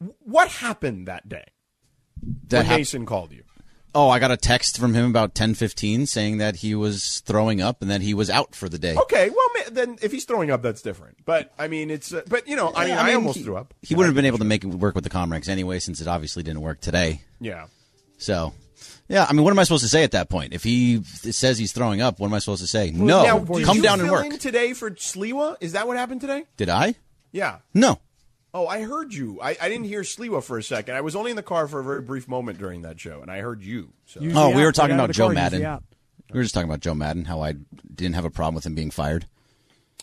W- what happened that day
That
when
hap-
Mason called you?
Oh, I got a text from him about ten fifteen saying that he was throwing up and that he was out for the day.
Okay, well ma- then if he's throwing up, that's different. But I mean, it's uh, but you know, I mean, I, almost
he,
threw up.
He wouldn't have been able to make it work with the Comrex anyway, since it obviously didn't work today.
Yeah.
So, yeah, I mean, what am I supposed to say at that point? If he th- says he's throwing up, what am I supposed to say? No,
Now, did
Oh, come
you
down and
fill
work.
in today for Sliwa. Is that what happened today?
Did I?
Yeah.
No.
Oh, I heard you. I, I didn't hear Sliwa for a second. I was only in the car for a very brief moment during that show, and I heard you. So.
Use
Oh,
the
we
app.
were
Get
talking
out of
about
the
Joe
car, use the
Madden.
app.
We were just talking about Joe Madden, how I didn't have a problem with him being fired.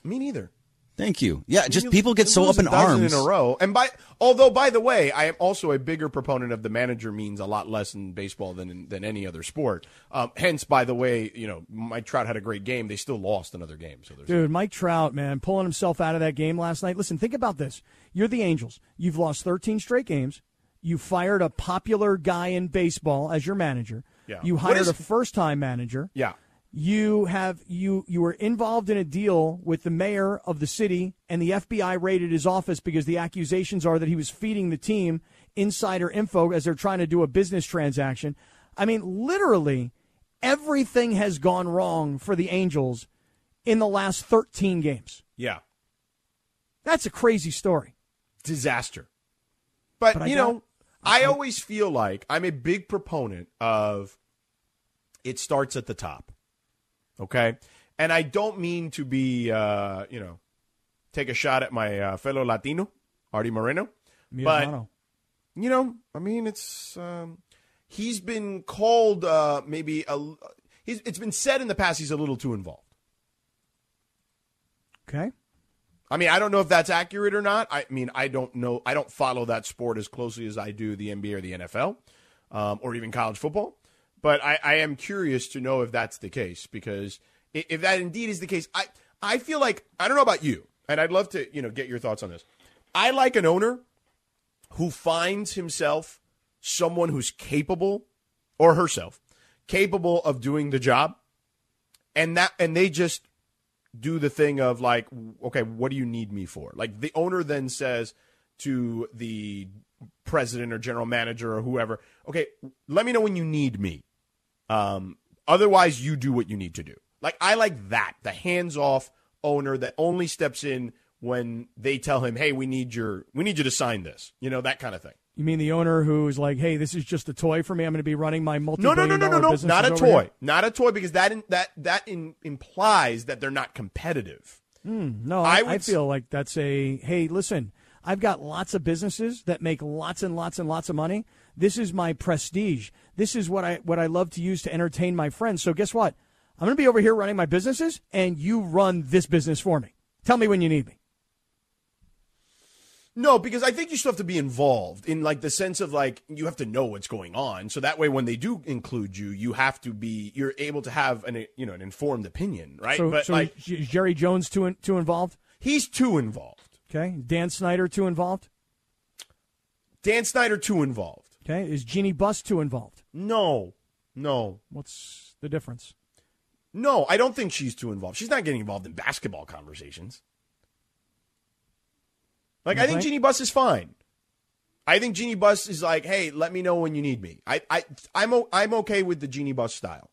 Me neither.
Thank you. Yeah, just
You-
people get
you
so
lose
up in
a dozen
arms.
in a row. And by although, by the way, I am also a bigger proponent of the manager means a lot less in baseball than in, than any other sport. Um, hence, by the way, you know Mike Trout had a great game. They still lost another game, so there's
Dude, Mike Trout, man, pulling himself out of that game last night. Listen, think about this. You're the Angels. You've lost 13 straight games. You fired a popular guy in baseball as your manager.
Yeah.
You
What
hired
is-
a first-time manager.
yeah.
You have you you were involved in a deal with the mayor of the city and the FBI raided his office because the accusations are that he was feeding the team insider info as they're trying to do a business transaction. I mean, literally everything has gone wrong for the Angels in the last 13 games.
Yeah.
That's a crazy story.
disaster. But,
But I
you
got-
know, I always feel like I'm a big proponent of it starts at the top. Okay? And I don't mean to be uh, you know, take a shot at my uh, fellow Latino, Artie Moreno, but
Giordano.
you know, I mean, it's um, he's been called uh, maybe a l- he's it's been said in the past he's a little too involved.
okay.
I mean, I don't know if that's accurate or not. I mean, I don't know. I don't follow that sport as closely as I do the NBA or the NFL um, or even college football. But I, I am curious to know if that's the case because i- if that indeed is the case, I I feel like I don't know about you, and I'd love to you know get your thoughts on this. I like an owner who finds himself someone who's capable or herself capable of doing the job, and that and they just do the thing of like, okay, what do you need me for? Like the owner then says to the president or general manager or whoever, okay, let me know when you need me. Um, otherwise, you do what you need to do. Like I like that the hands off owner that only steps in when they tell him, hey, we need your we need you to sign this. You know that kind of thing.
You mean the owner who's like, "Hey, this is just a toy for me. I'm going to be running my multi
No, no, no, no, no, no, not a toy,
Here.
not a toy, because that in, that that in, implies that they're not competitive.
Mm, no,
I
I, I,
would s-
feel like that's a hey. Listen, I've got lots of businesses that make lots and lots and lots of money. This is my prestige. This is what I what I love to use to entertain my friends. So guess what? I'm going to be over here running my businesses, and you run this business for me. Tell me when you need me.
No, because I think you still have to be involved in like the sense of like you have to know what's going on. So that way, when they do include you, you have to be you're able to have an you know an informed opinion, right?
So,
but
so
like
is Jerry Jones too in, too involved?
He's too involved.
Okay. Dan Snyder too involved.
Dan Snyder too involved.
Okay. Is Jeannie Buss too involved?
No, no.
What's the difference?
No, I don't think she's too involved. She's not getting involved in basketball conversations. Like
You
I think
think?
Jeannie Buss is fine. I think Jeannie Buss is like, hey, let me know when you need me. I, I, I'm, o- I'm okay with the Jeannie Buss style.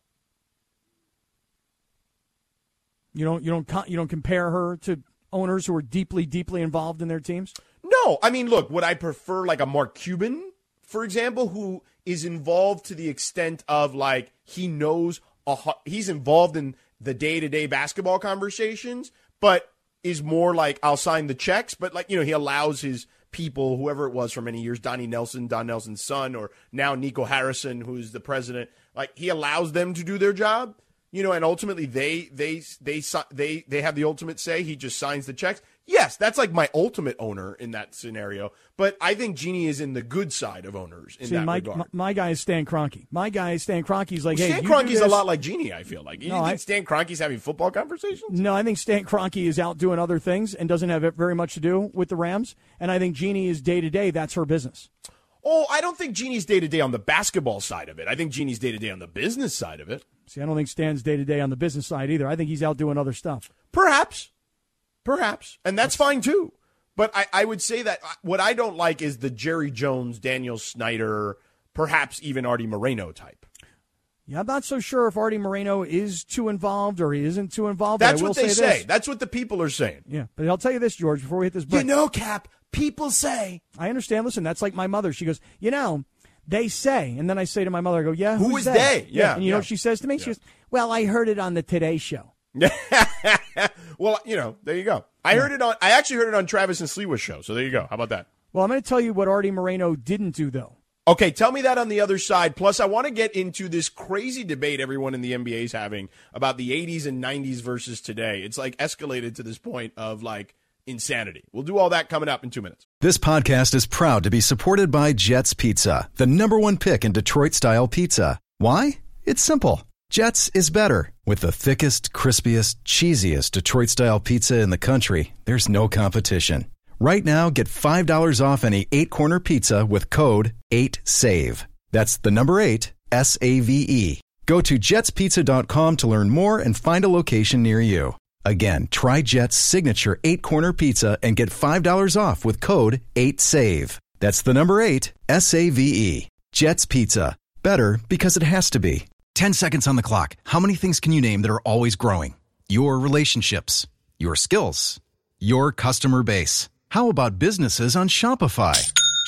You don't you don't co- you don't compare her to owners who are deeply deeply involved in their teams.
No, I mean, look, would I prefer like a Mark Cuban, for example, who is involved to the extent of like he knows a hu- he's involved in the day to day basketball conversations, but is more like I'll sign the checks, but like you know he allows his people, whoever it was for many years, Donnie Nelson, Don Nelson's son, or now Nico Harrison, who's the president, like he allows them to do their job. You know, and ultimately they they they si- they they have the ultimate say. He just signs the checks. Yes, that's like my ultimate owner in that scenario. But I think Genie is in the good side of owners in
See,
that
my,
regard.
my my guy is Stan Kroenke. My guy is Stan Kroenke. He's like, hey,
Stan
you do
Kroenke's a
this-
lot like Genie. I feel like. You
No,
think
I-
Stan Kroenke's having football conversations?
No, I think Stan Kroenke is out doing other things and doesn't have very much to do with the Rams. And I think Jeannie is day to day. That's her business.
Oh, I don't think Genie's day to day on the basketball side of it. I think Genie's day to day on the business side of it.
See, I don't think Stan's day to day on the business side either. I think he's out doing other stuff.
Perhaps. Perhaps. And that's fine too. But I, I would say that uh, what I don't like is the Jerry Jones, Daniel Snyder, perhaps even Artie Moreno type.
Yeah, I'm not so sure if Artie Moreno is too involved or he isn't too involved. but
That's
I will
what they
say.
say.
this.
That's what the people are saying.
Yeah, but I'll tell you this, George, before we hit this break.
You know, Cap, people say.
I understand. Listen, that's like my mother. She goes, you know, they say. And then I say to my mother, I go, yeah,
Who
who's
is
they?
they? Yeah,
And you know
yeah.
what she says to me? She goes, well, I heard it on the Today Show.
Well, you know, there you go. I heard it on. I actually heard it on Travis and Sliwa's show. So there you go. How about that?
Well, I'm going to tell you what Artie Moreno didn't do, though.
Okay, tell me that on the other side. Plus, I want to get into this crazy debate everyone in the NBA is having about the 80s and 90s versus today. It's like escalated to this point of like insanity. We'll do all that coming up in two minutes.
This podcast is proud to be supported by Jets Pizza, the number one pick in Detroit style pizza. Why? It's simple. Jets is better. With the thickest, crispiest, cheesiest Detroit style pizza in the country, there's no competition. Right now, get $5 off any eight corner pizza with code 8SAVE. That's the number eight, S A V E. Go to jetspizza.com to learn more and find a location near you. Again, try Jet's signature eight corner pizza and get $5 off with code 8SAVE. That's the number eight, S A V E. Jet's Pizza. Better because it has to be. 10 seconds on the clock. How many things can you name that are always growing? Your relationships, your skills, your customer base. How about businesses on Shopify?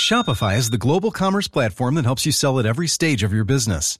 Shopify is the global commerce platform that helps you sell at every stage of your business.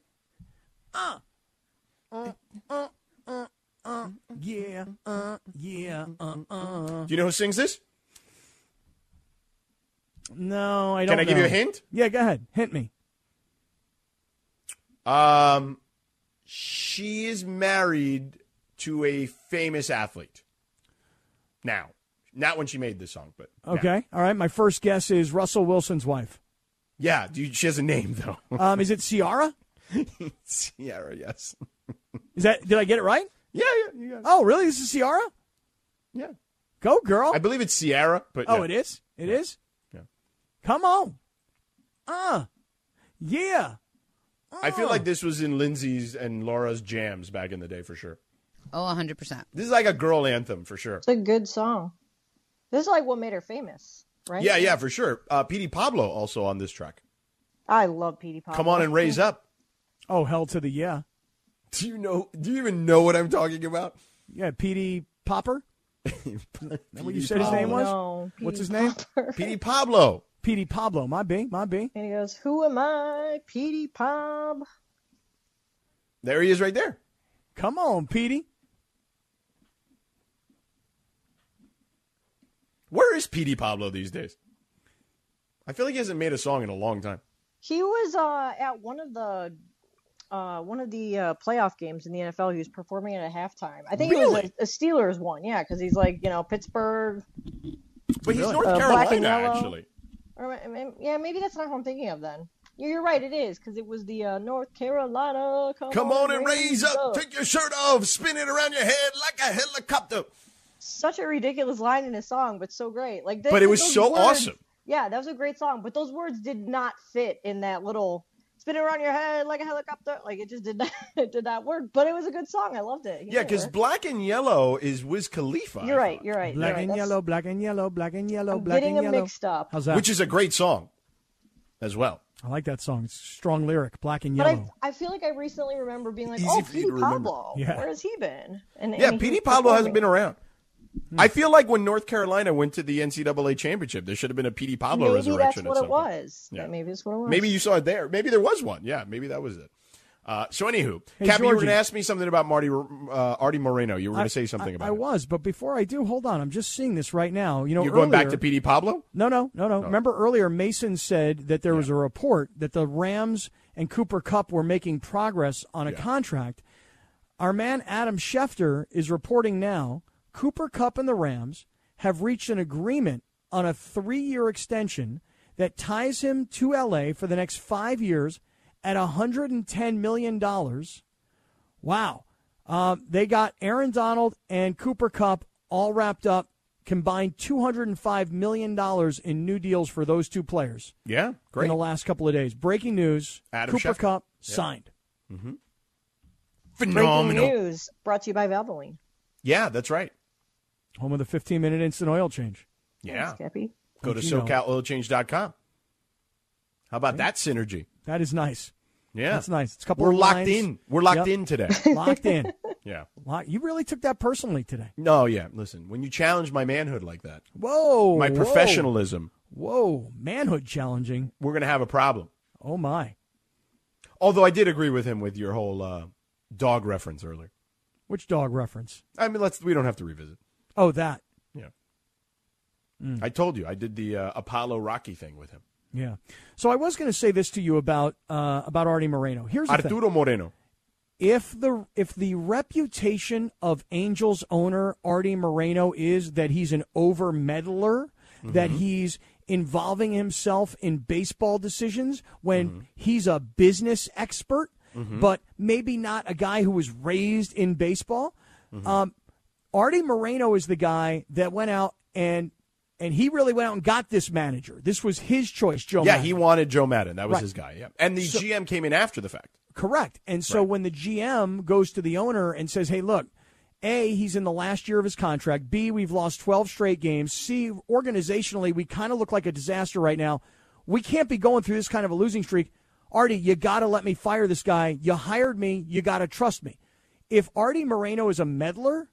Uh. Uh, uh, uh, uh, yeah, uh, yeah, uh, uh.
Do you know who sings this?
No, I
Can
don't.
I give you a
know.
hint?
Yeah, go ahead. Hint me.
Um, she is married to a famous athlete. Now, not when she made this song, but now.
Okay. All right. My first guess is Russell Wilson's wife.
Yeah, dude, she has a name though.
Um, is it Ciara?
Sierra, yes.
Is that? Did I get it right?
Yeah, yeah, you got it.
Oh, really? This is Ciara?
Yeah.
Go, girl.
I believe it's Sierra, but
oh,
yeah.
it is. It is.
Yeah.
Come on. Uh. Yeah.
I feel
Oh.
like this was in Lindsay's and Laura's jams back in the day for sure.
Oh, 100%.
This is like a girl anthem for sure.
It's a good song. This is like what made her famous, right?
Yeah, yeah, for sure. Uh, Petey Pablo also on this track.
I love Petey Pop.
Come on and raise up.
Oh, hell to the yeah.
Do you know? Do you even know what I'm talking about?
Yeah, P.D. Popper.
Petey
What you said his name was?
No,
What's his
Petey
name?
Popper.
Petey Pablo.
Petey Pablo. My B, my B.
And he goes, "Who am I, Petey Pob?"
There he is right there.
Come on, Petey.
Where is Petey Pablo these days? I feel like he hasn't made a song in a long time.
He was uh, at one of the uh, one of the uh, playoff games in the NFL. He was performing at a halftime. I think it was
Really?
a, a Steelers one, yeah, because he's like you know Pittsburgh.
But he's
Really?
North
Uh, black and
Carolina,
yellow.
actually.
Or, I mean, yeah, maybe that's not who I'm thinking of then. You're, you're right, it is because it was the uh, North Carolina. Come,
Come on and raise up. Take your shirt off. Spin it around your head like a helicopter.
Such a ridiculous line in a song, but so great. Like, th-
But it was
those
so
words-
awesome.
Yeah, that was a great song, but those words did not fit in that little spin it around your head like a helicopter. Like it just did not, it did not work. But it was a good song. I loved it. You
Yeah,
know,
because
it
black and yellow is Wiz Khalifa.
worked. you're right. You're right.
Black
you're right.
and
That's-
yellow, black and yellow, black and yellow,
I'm
black
getting
and
them
yellow.
mixed up.
How's that?
Which is a great song as well.
I like that song. It's strong lyric, black and
But
yellow.
I, I feel like I recently remember being like,
Easy
oh,
for you
Petey
to remember.
Pablo,
Yeah.
where has he been? And,
Yeah,
and he
Petey
was
Pablo hasn't been
performing. Hmm.
around. I feel like when North Carolina went to the NCAA championship, there should have been a Petey Pablo
Maybe that's
resurrection. at
what
some
it
point.
was.
Yeah.
Maybe that's what it was.
Maybe you saw it there. Maybe there was one. Yeah, maybe that was it. Uh, so, anywho,
Hey,
Cap, you were going
Georgie.
to ask me something about Marty uh, Artie Moreno. You were going to say something
I,
about.
I
him.
was, but before I do, hold on. I'm just seeing this right now. You know,
You're going back
earlier-
to Petey Pablo.
No, no, no, no. Remember earlier, Mason said that there was a report that the Rams and Cooper Cup were making progress on a contract. Our man Adam Schefter is reporting now Cooper Cup and the Rams have reached an agreement on a three year extension that ties him to LA for the next five years at $110 million. Wow. Um, they got Aaron Donald and Cooper Cup all wrapped up, combined $205 million in new deals for those two players
Yeah,
in
great.
the last couple of days. Breaking news
Adam
Cooper
Schefter.
Cup
Yeah.
signed.
Breaking
Phenomenal.
news brought to you by Valvoline.
Yeah, that's right.
Home of the 15 minute instant oil change.
Yeah.
Thanks, Cappy.
Go to
Don't you know.
SoCalOilChange.com. How about that synergy?
That is nice.
Yeah,
That's nice. It's a couple
We're
of
locked
lines.
in. We're locked
Yep.
in today.
Locked in.
Yeah.
Lock- you really took that personally today.
No, yeah. Listen, when you challenge my manhood like that,
Whoa.
my
whoa,
professionalism,
Whoa. Manhood challenging.
we're gonna have a problem.
Oh, my.
Although I did agree with him with your whole uh, dog reference earlier.
Which dog reference?
I mean, let's we don't have to revisit.
Oh, that.
Yeah.
Mm.
I told you I did the uh, Apollo Rocky thing with him.
Yeah. So I was going to say this to you about uh, about Artie Moreno. Here's the thing.
Arturo Moreno.
if the if the reputation of Angels owner Artie Moreno is that he's an over meddler,
Mm-hmm.
that he's involving himself in baseball decisions when
Mm-hmm.
he's a business expert, but maybe not a guy who was raised in baseball.
Mm-hmm.
Um, Artie Moreno is the guy that went out and and he really went out and got this manager. This was his choice, Joe.
yeah,
Madden.
he wanted Joe Madden. That was
Right.
his guy. Yeah, and the GM came in after the fact.
Correct. And so when the GM goes to the owner and says, hey, look, A, he's in the last year of his contract. B, we've lost 12 straight games. C, organizationally, we kind of look like a disaster right now. We can't be going through this kind of a losing streak. Artie, you got to let me fire this guy. You hired me. You got to trust me. If Artie Moreno is a meddler,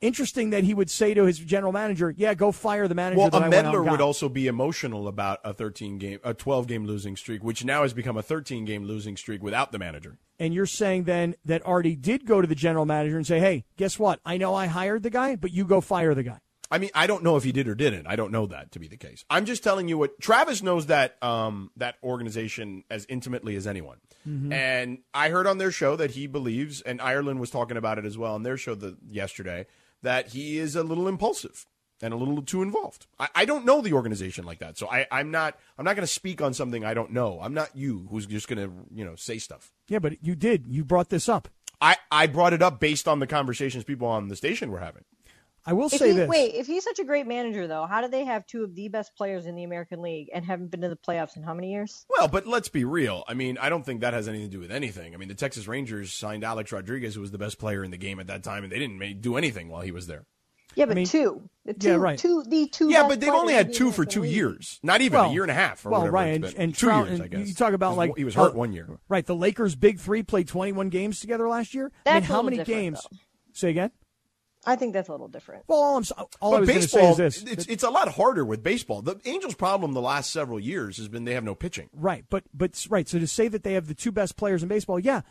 interesting that he would say to his general manager, yeah, go fire the manager.
Well,
that I
a
went "Oh, out and
meddler
got."
would also be emotional about a 13 game, a 12 game losing streak, which now has become a 13 game losing streak without the manager.
and you're saying then that Artie did go to the general manager and say, "Hey, guess what? I know I hired the guy, but you go fire the guy."
I mean, I don't know if he did or didn't. I don't know that to be the case. I'm just telling you what Travis knows that um, that organization as intimately as anyone. And I heard on their show that he believes, and Ireland was talking about it as well on their show the, yesterday, that he is a little impulsive and a little too involved. I, I don't know the organization like that, so I, I'm not. I'm not going to speak on something I don't know. I'm not you who's just going to you know say stuff.
Yeah, but you did. You brought this up.
I, I brought it up based on the conversations people on the station were having.
I will
If
say
he,
this.
Wait, if he's such a great manager, though, how do they have two of the best players in the American League and haven't been to the playoffs in how many years?
Well, but let's be real. I mean, I don't think that has anything to do with anything. I mean, the Texas Rangers signed Alex Rodriguez, who was the best player in the game at that time, and they didn't ma- do anything while he was there.
Yeah, but
mean-
two. The two,
Yeah, right.
two, the two.
yeah,
best
but they've
players
only
in
had
the
two for
American
two
League.
years, not even
Well,
a year and a half. Or
well,
whatever
right,
it's
and-
been.
and
two
Trout-
years, I
and you
guess.
talk about,
Because
like,
he was
how-
hurt one year.
right, the Lakers' big three played 21 games together last year. I
That's
mean,
a
how
little
many
different,
games?
though.
Say again.
I think that's a little different.
Well, all I'm so- all I
but
was gonna say
baseball,
is this.
it's it's a lot harder with baseball. The Angels' problem the last several years has been they have no pitching.
Right, but but right. So to say that they have the two best players in baseball, yeah,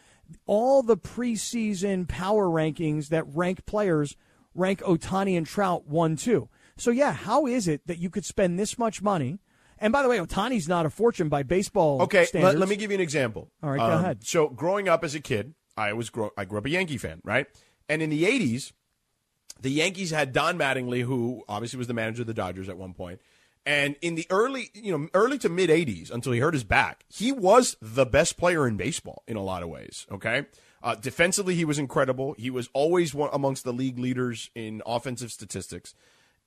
all the preseason power rankings that rank players rank Otani and Trout one two. So yeah, how is it that you could spend this much money? And by the way, Otani's not a fortune by baseball.
Okay,
standards.
let, let me give you an example. Um,
All right, go ahead.
So growing up as a kid, I was grow I grew up a Yankee fan, right? And in the '80s, the Yankees had Don Mattingly, who obviously was the manager of the Dodgers at one point. And in the early, you know, early to mid '80s, until he hurt his back, he was the best player in baseball in a lot of ways. Okay, uh, defensively, he was incredible. He was always one amongst the league leaders in offensive statistics.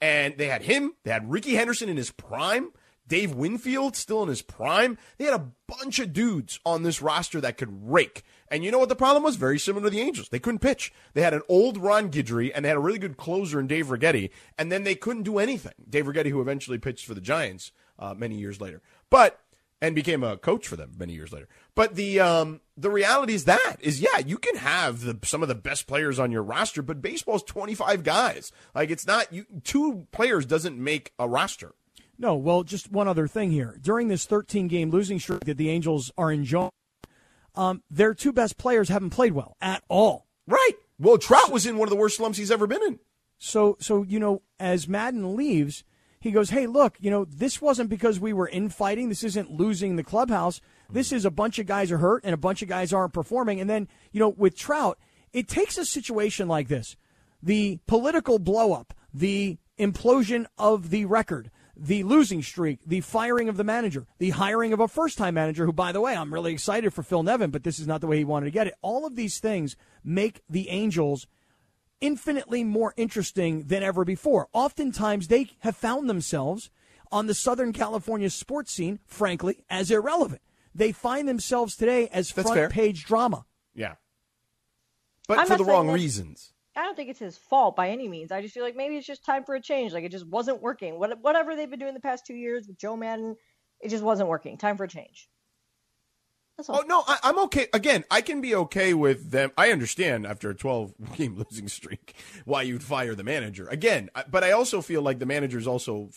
And they had him. They had Ricky Henderson in his prime. Dave Winfield still in his prime. They had a bunch of dudes on this roster that could rake. And you know what the problem was? Very similar to the Angels. They couldn't pitch. They had an old Ron Guidry and they had a really good closer in Dave Rigetti, and then they couldn't do anything. Dave Rigetti, who eventually pitched for the Giants uh, many years later, but and became a coach for them many years later. But the um, the reality is that is yeah, you can have the, some of the best players on your roster, but baseball's twenty five guys. Like it's not you two players doesn't make a roster.
No, well, just one other thing here. During this 13 game losing streak that the Angels are enjoying, um, their two best players haven't played well at all.
Right. Well, Trout was in one of the worst slumps he's ever been in.
So, so you know, as Madden leaves, he goes, "Hey, look, you know, this wasn't because we were infighting. This isn't losing the clubhouse. This is a bunch of guys are hurt and a bunch of guys aren't performing." And then, you know, with Trout, it takes a situation like this, the political blow up, the implosion of the record, the losing streak, the firing of the manager, the hiring of a first time manager, who, by the way, I'm really excited for Phil Nevin, but this is not the way he wanted to get it. All of these things make the Angels infinitely more interesting than ever before. Oftentimes, they have found themselves on the Southern California sports scene, frankly, as irrelevant. They find themselves today as
That's
front
fair.
page drama.
Yeah.
But I'm
for
not
the
saying
wrong
that-
reasons.
I don't think it's his fault by any means. I just feel like maybe it's just time for a change. Like it just wasn't working. What, whatever they've been doing the past two years with Joe Madden, it just wasn't working. Time for a change.
Oh no, I, I'm okay. Again, I can be okay with them. I understand after a 12 game losing streak why you'd fire the manager. Again, I, but I also feel like the manager's also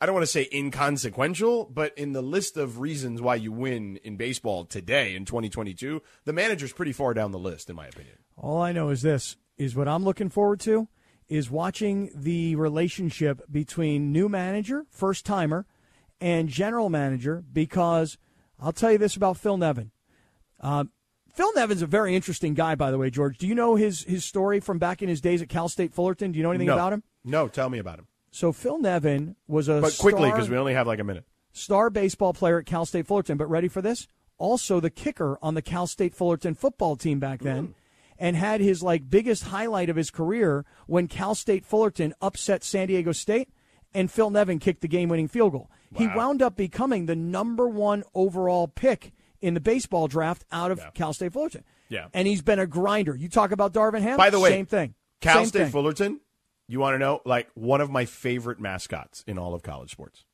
I don't want to say inconsequential, but in the list of reasons why you win in baseball today in 2022, the manager's pretty far down the list in my opinion.
All I know is this is what I'm looking forward to is watching the relationship between new manager, first timer, and general manager because I'll tell you this about Phil Nevin. Um, Phil Nevin's a very interesting guy, by the way, George. Do you know his his story from back in his days at Cal State Fullerton? Do you know anything
No.
about him?
No, tell me about him.
So Phil Nevin was a
But quickly
star-
because we only have like a minute.
star baseball player at Cal State Fullerton, but ready for this? Also the kicker on the Cal State Fullerton football team back
Mm-hmm.
then. And had his like biggest highlight of his career when Cal State Fullerton upset San Diego State and Phil Nevin kicked the game-winning field goal. He wound up becoming the number 1 overall pick in the baseball draft out of Cal State Fullerton.
Yeah.
And he's been a grinder. You talk about Darvin Ham,
By the way,
same thing.
Cal
Same
State
thing.
Fullerton, you want to know like one of my favorite mascots in all of college sports.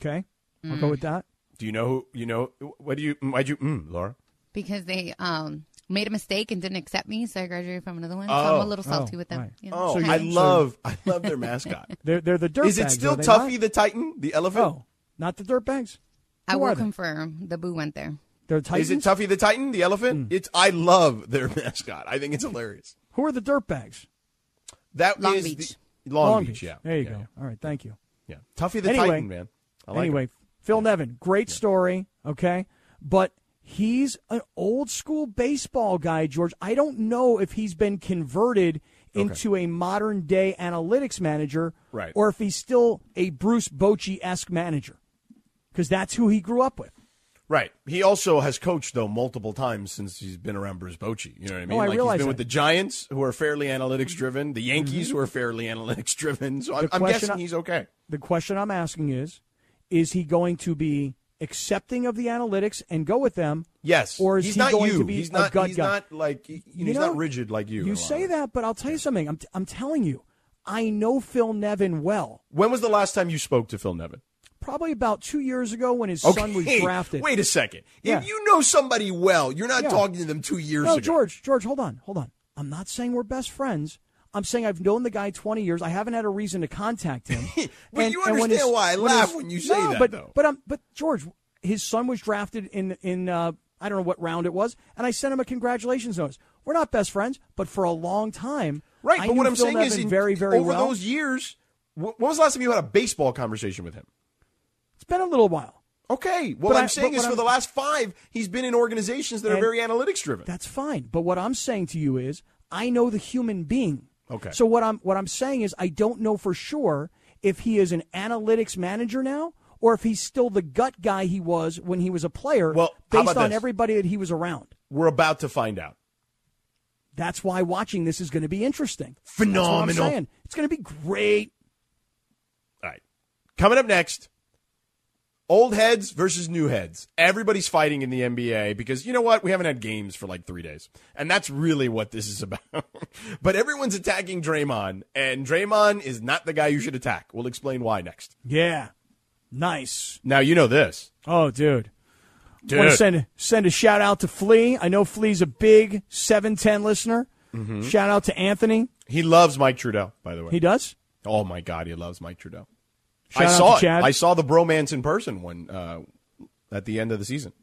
Okay. I'll go with that.
Do you know who you know? What do you? Why'd you? Mm, Laura.
because they um, made a mistake and didn't accept me, so I graduated from another one. so
Oh.
I'm a little salty with them.
right.
you know.
Oh,
So you-
I
so-
love I love their mascot.
They're they're the dirt
Is it
bags,
still
are they
Tuffy
not?
the Titan, the elephant?
Oh, not the dirt bags.
I
Who
will
are they?
confirm the boo went there.
They're Oh, Titans. Mm.
Is it Tuffy the Titan, the elephant? It's I love their mascot. I think it's hilarious.
Who are the dirtbags?
That is
Long
the-
Beach.
Long, Beach. Yeah.
There you
yeah,
go. All right. Thank you.
Yeah. Tuffy the
Anyway.
Titan, man. I like
anyway,
it.
Phil Nevin, great story. Okay. But he's an old school baseball guy, George. I don't know if he's been converted into a modern day analytics manager
Right.
or if he's still a Bruce Bochy esque manager because that's who he grew up with.
Right. He also has coached though multiple times since he's been around Bruce Bochy. You know what I mean?
Oh, I
like he's
realize
been with
that. Mm-hmm.
the Giants, who are fairly analytics driven, the Yankees, who are fairly analytics driven. So I'm,
The
I'm
question
guessing
I-
he's okay.
The question I'm asking is is he going to be accepting of the analytics and go with them?
Yes.
Or is
he's
he
not
going
you.
to be
he's
a
not,
gut
he's
guy?
not like he- you know, he's not rigid like you. in
You
a lot
say
of ways.
that, but I'll tell you something. I'm, t- I'm telling you, I know Phil Nevin well.
When was the last time you spoke to Phil Nevin?
Probably about two years ago when his son was
Okay,
drafted.
Wait a second.
Yeah.
If you know somebody well, you're not
Yeah.
talking to them two years
no,
ago.
George, George, hold on, hold on. I'm not saying we're best friends. I'm saying I've known the guy 20 years. I haven't had a reason to contact him.
But you
when
understand
his-
why I
when
laugh
his-
when you say
no,
that,
but,
though.
But um, but George, his son was drafted in in uh, I don't know what round it was, and I sent him a congratulations notice. We're not best friends, but for a long time,
Right,
I
but what
knew
I'm
Phil
saying
Nevin
is, in,
very very
over
well.
those years, wh- when was the last time you had a baseball conversation with him?
It's been a little while.
Okay, what
But
I'm
I-
saying
but
is,
what
for
I'm-
the last five, he's been in organizations that are
And-
very analytics driven.
That's fine. But what I'm saying to you is I know the human being.
Okay.
So what I'm what I'm saying is I don't know for sure if he is an analytics manager now or if he's still the gut guy he was when he was a player
Well, how
based
about
on
this?
everybody that he was around.
We're about to find out.
That's why watching this is going to be interesting. That's what
Phenomenal.
I'm saying. It's going to be great.
All right. Coming up next, old heads versus new heads. Everybody's fighting in the NBA because you know what? We haven't had games for like three days. And that's really what this is about. but everyone's attacking Draymond, and Draymond is not the guy you should attack. We'll explain why next.
Yeah. Nice.
Now, you know this.
Oh, dude.
Dude.
want to send send a shout out to Flea. I know Flea's a big 710 listener.
Mhm.
Shout out to Anthony.
He loves Mike Trudeau, by the way.
He does?
Oh, my God. He loves Mike Trudeau.
Shout
I
out
saw
to
it.
Chad.
I saw the bromance in person when uh, at the end of the season.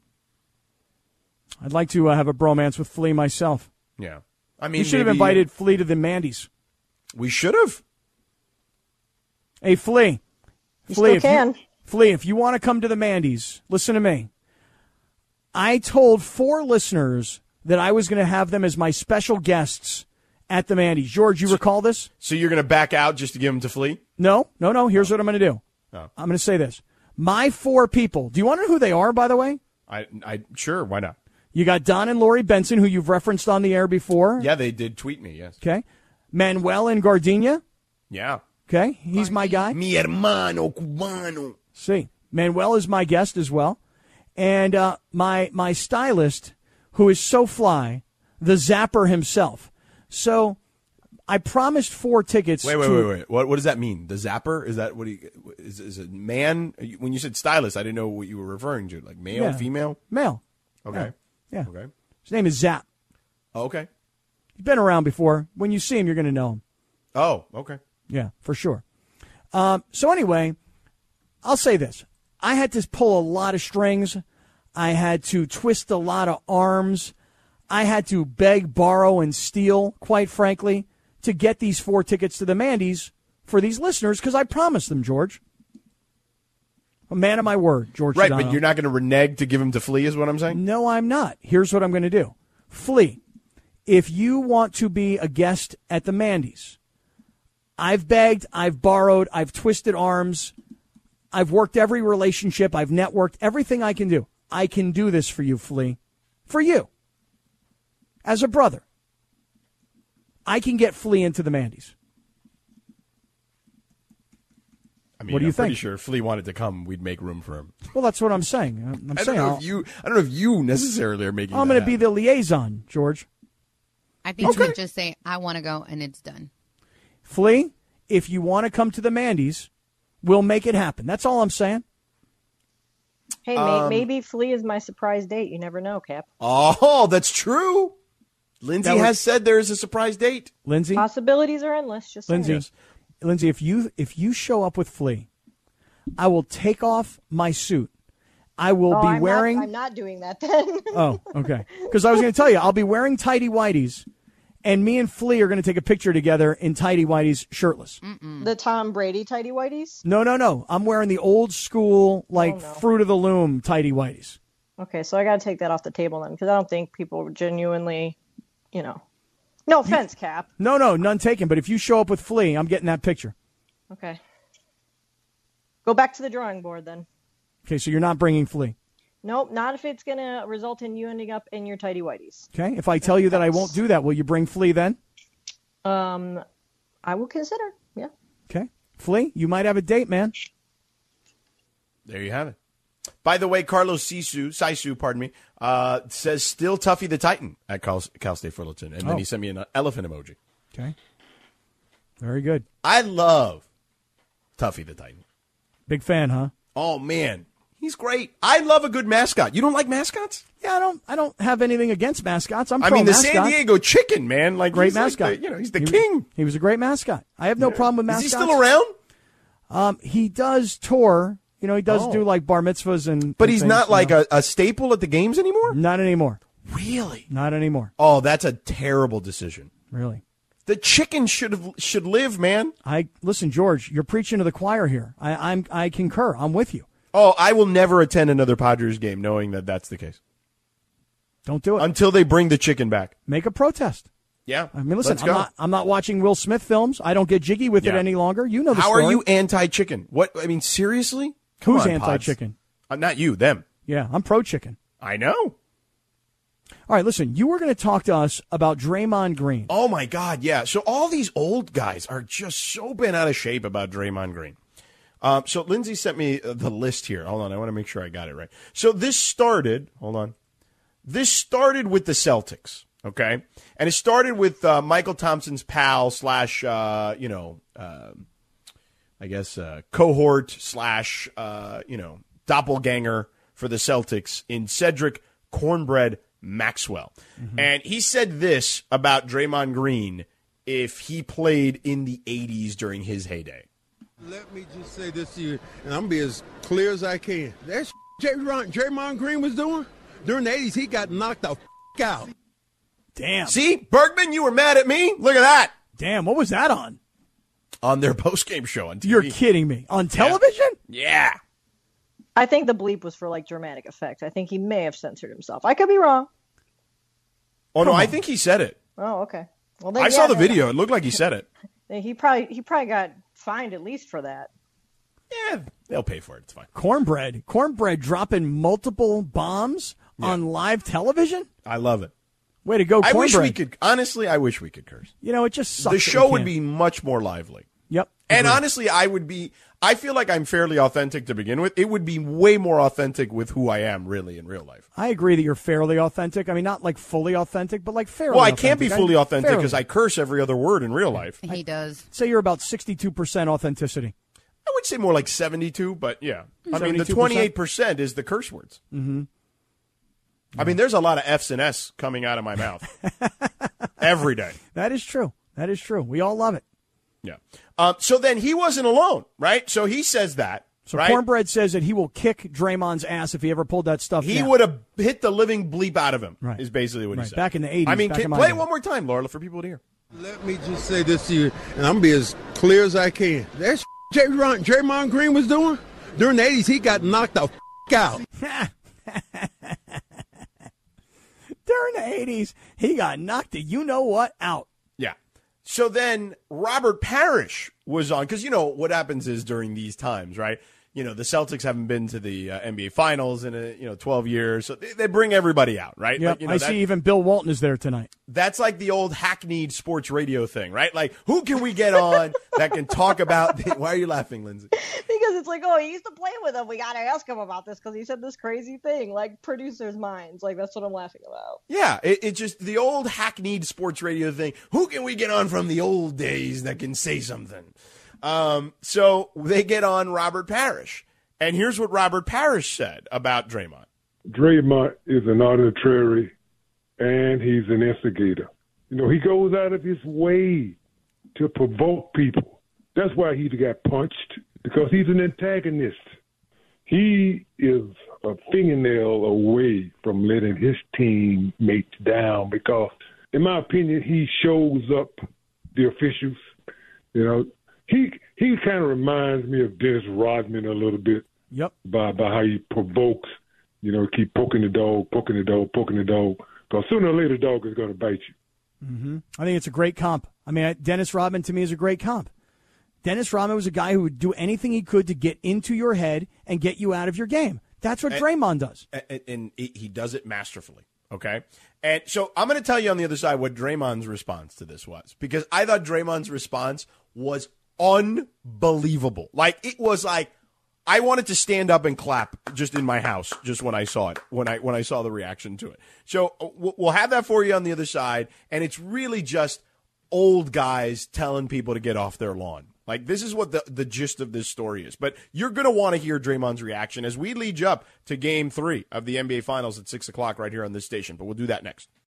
I'd like to uh, have a bromance with Flea myself.
Yeah. I mean,
we should have
maybe- uh,
invited Flea to the Mandy's.
We should have.
Hey, Flea.
You
Flea,
still
if you-
can.
Flea, if you want to come to the Mandy's, listen to me. I told four listeners that I was going to have them as my special guests at the Mandy's. George, you recall this?
So you're going to back out just to give him to Flea?
No, no, no. Here's what I'm going to do.
Oh.
I'm going to say this. My four people. Do you want to know who they are, by the way?
I, I sure, why not?
You got Don and Lori Benson, who you've referenced on the air before.
Yeah, they did tweet me. Yes.
Okay. Manuel and Gardenia.
Yeah.
Okay. He's my guy.
Mi hermano cubano.
See, Manuel is my guest as well, and uh, my my stylist, who is so fly, the Zapper himself. So, I promised four tickets.
Wait, wait,
to-
wait, wait. What, what does that mean? The zapper? Is that what he is? Is it man? When you said stylist, I didn't know what you were referring to. Like male,
Yeah.
female.
Male.
Okay.
Yeah. Yeah.
Okay.
His name is Zap.
Oh, okay.
He's been around before. When you see him, you're going to know him.
Oh, okay.
Yeah, for sure. Um, so anyway, I'll say this: I had to pull a lot of strings. I had to twist a lot of arms. I had to beg, borrow, and steal, quite frankly, to get these four tickets to the Mandy's for these listeners because I promised them, George. A man of my word, George.
Right,
Sedano.
but you're not going to renege to give him to Flea, is what I'm saying.
No, I'm not. Here's what I'm going to do. Flea, if you want to be a guest at the Mandy's, I've begged, I've borrowed, I've twisted arms, I've worked every relationship, I've networked everything I can do. I can do this for you, Flea. For you. As a brother. I can get Flea into the Mandy's.
I mean,
What do you
I'm pretty
think?
sure if Flea wanted to come, we'd make room for him.
Well, that's what I'm saying. I'm- I'm
I do not
saying
know
I'll-
if you. I don't know if you necessarily are making.
I'm
that
going to be
happen.
the liaison, George.
I think you would just say, I want to go, and it's done.
Flea, if you want to come to the Mandy's, we'll make it happen. That's all I'm saying.
Hey, may-
Um,
maybe Flea is my surprise date. You never know, Cap.
Oh, that's true. Lindsay
That was-
has said there is a surprise date.
Lindsay,
Possibilities are endless. Just saying.
Lindsay, Lindsay, if you if you show up with Flea, I will take off my suit. I will
Oh,
be
I'm not-
wearing.
I'm not doing that then.
oh, okay. Because I was going to tell you, I'll be wearing tidy whities, and me and Flea are going to take a picture together in tidy whities, shirtless.
the Tom Brady tidy whities.
No, no, no. I'm wearing the old school,
Oh,
like fruit of the loom tidy whities.
Okay, so I got to take that off the table then, because I don't think people genuinely, you know. No offense, Cap.
No, no, none taken. But if you show up with Flea, I'm getting that picture.
Okay. Go back to the drawing board then.
Okay, so you're not bringing Flea.
Nope, not if it's gonna result in you ending up in your tidy whities.
Okay, if I tell you that I won't do that, will you bring Flea then?
Um, I will consider. Yeah.
Okay, Flea, you might have a date, man.
There you have it. By the way, Carlos Sisu, Sisu, pardon me, uh, says still Tuffy the Titan at Cal, Cal State Fullerton, and
Oh.
then he sent me an elephant emoji.
Okay, very good.
I love Tuffy the Titan.
Big fan, huh?
Oh man, He's great. I love a good mascot. You don't like mascots?
Yeah, I don't. I don't have anything against mascots. I'm.
I mean, the
pro-mascot.
San Diego Chicken, man. Like
great
he's like
mascot.
the- you know, he's the
He was-
king.
He was a great mascot. I have no problem with
Is he
mascots.
still around?
Um, he does tour. You know, he does
Oh.
do like bar mitzvahs and.
But
and
he's
things,
not
you
like
know. Mm.
a, a staple at the games anymore.
Not anymore.
Really?
Not anymore.
Oh, that's a terrible decision.
Really.
The chicken should have should live, man.
I listen, George. You're preaching to the choir here. I, I'm. I concur. I'm with you.
Oh, I will never attend another Padres game knowing that that's the case
Don't do it.
until they bring the chicken back.
Make a protest.
Yeah.
I mean, listen.
Let's
I'm
go.
not. I'm not watching Will Smith films. I don't get jiggy with it
Yeah.
any longer. You know the
How
story.
are you anti-chicken? What I mean, seriously? Come
Who's
on,
anti-chicken?
Pods. Uh, not you, them.
Yeah, I'm pro chicken.
I know.
All right, listen. You were going to talk to us about Draymond Green.
Oh my God, yeah. So all these old guys are just so bent out of shape about Draymond Green. Um, so Lindsay sent me uh, the list here. Hold on, I want to make sure I got it right. So this started. Hold on. This started with the Celtics, okay, and it started with uh, Michael Thompson's pal slash, uh, you know, uh, I guess uh, cohort slash, uh, you know, doppelganger for the Celtics in Cedric Cornbread Maxwell,
Mm-hmm.
and he said this about Draymond Green if he played in the '80s during his heyday.
Let me just say this to you, and I'm be as clear as I can. That sh- Draymond, Draymond Green was doing during the '80s, he got knocked the f- out.
Damn.
See, Bergman, you were mad at me. Look at that.
Damn, what was that on?
On their postgame show on TV.
You're kidding me. On television?
Yeah.
I think the bleep was for like dramatic effect. I think he may have censored himself. I could be wrong.
Oh no, I think he said it.
Oh, okay. Well, then,
I
yeah,
saw the
then-
video. It looked like he said it.
then He probably he probably got fined at least for that.
Yeah, they'll pay for it. It's fine.
Cornbread. Cornbread dropping multiple bombs on live television?
I love it.
Way to go,
I wish
Cornbread.
we could. Honestly, I wish we could curse.
You know, it just sucks.
the
that we
show would
can't.
be much more lively.
Yep.
And
Agreed.
honestly, I would be. I feel like I'm fairly authentic to begin with. It would be way more authentic with who I am, really, in real life.
I agree that you're fairly authentic. I mean, not like fully authentic, but like fairly
Well, I can't be
authentic.
fully authentic because
fairly.
I curse every other word in real life.
He does.
Say you're about 62% authenticity.
I would say more like 72, but yeah. I mean, the
72%?
28% is the curse words.
Mm-hmm.
I mean, there's a lot of F's and S coming out of my mouth every day.
That is true. That is true. We all love it.
Yeah. Um, so then he wasn't alone, right? So he says that.
So
right?
Cornbread says that he will kick Draymond's ass if he ever pulled that stuff
he
down.
would have hit the living bleep out of him.
Right.
Is basically what
Right.
he said.
Back in the 80s,
I mean,
back
can-
in my
play
day.
it one more time, Laura, for people to hear.
Let me just say this to you, and I'm be as clear as I can. That sh- Draymond, Draymond Green was doing during the '80s, he got knocked the f- out.
During the 80s, he got knocked the you know what out.
Yeah. So then Robert Parrish was on because you know what happens is during these times, right? You know the Celtics haven't been to the uh, NBA Finals in a, you know twelve years, so they, they bring everybody out, right?
Yep.
Like, you know,
I
that-
see even Bill Walton is there tonight.
That's like the old hackneyed sports radio thing, right? Like who can we get on that can talk about? The, why are you laughing, Lindsay?
Because it's like, oh, he used to play with him. We gotta ask him about this because he said this crazy thing. Like producers' minds. Like that's what I'm laughing about.
Yeah, it, it just the old hackneyed sports radio thing. Who can we get on from the old days that can say something? Um, so they get on Robert Parrish, and here's what Robert Parrish said about Draymond.
Draymond is an arbitrary and he's an instigator. You know, he goes out of his way to provoke people. That's why he got punched, because he's an antagonist. He is a fingernail away from letting his teammates down because, in my opinion, he shows up the officials. You know, he he kind of reminds me of Dennis Rodman a little bit.
Yep.
By by how he provokes you know, keep poking the dog, poking the dog, poking the dog. Because sooner or later, the dog is going to bite you.
hmm I think it's a great comp. I mean, I- Dennis Rodman to me is a great comp. Dennis Rodman was a guy who would do anything he could to get into your head and get you out of your game. That's what
And-
Draymond does.
A- and, and he he does it masterfully. Okay, and so I'm going to tell you on the other side what Draymond's response to this was because I thought Draymond's response was unbelievable. Like it was like I wanted to stand up and clap just in my house just when I saw it when I when I saw the reaction to it. So uh, we'll we'll have that for you on the other side, and it's really just old guys telling people to get off their lawn. Like this is what the the gist of this story is. But you're gonna want to hear Draymond's reaction as we lead you up to Game Three of the NBA Finals at six o'clock right here on this station. But we'll do that next.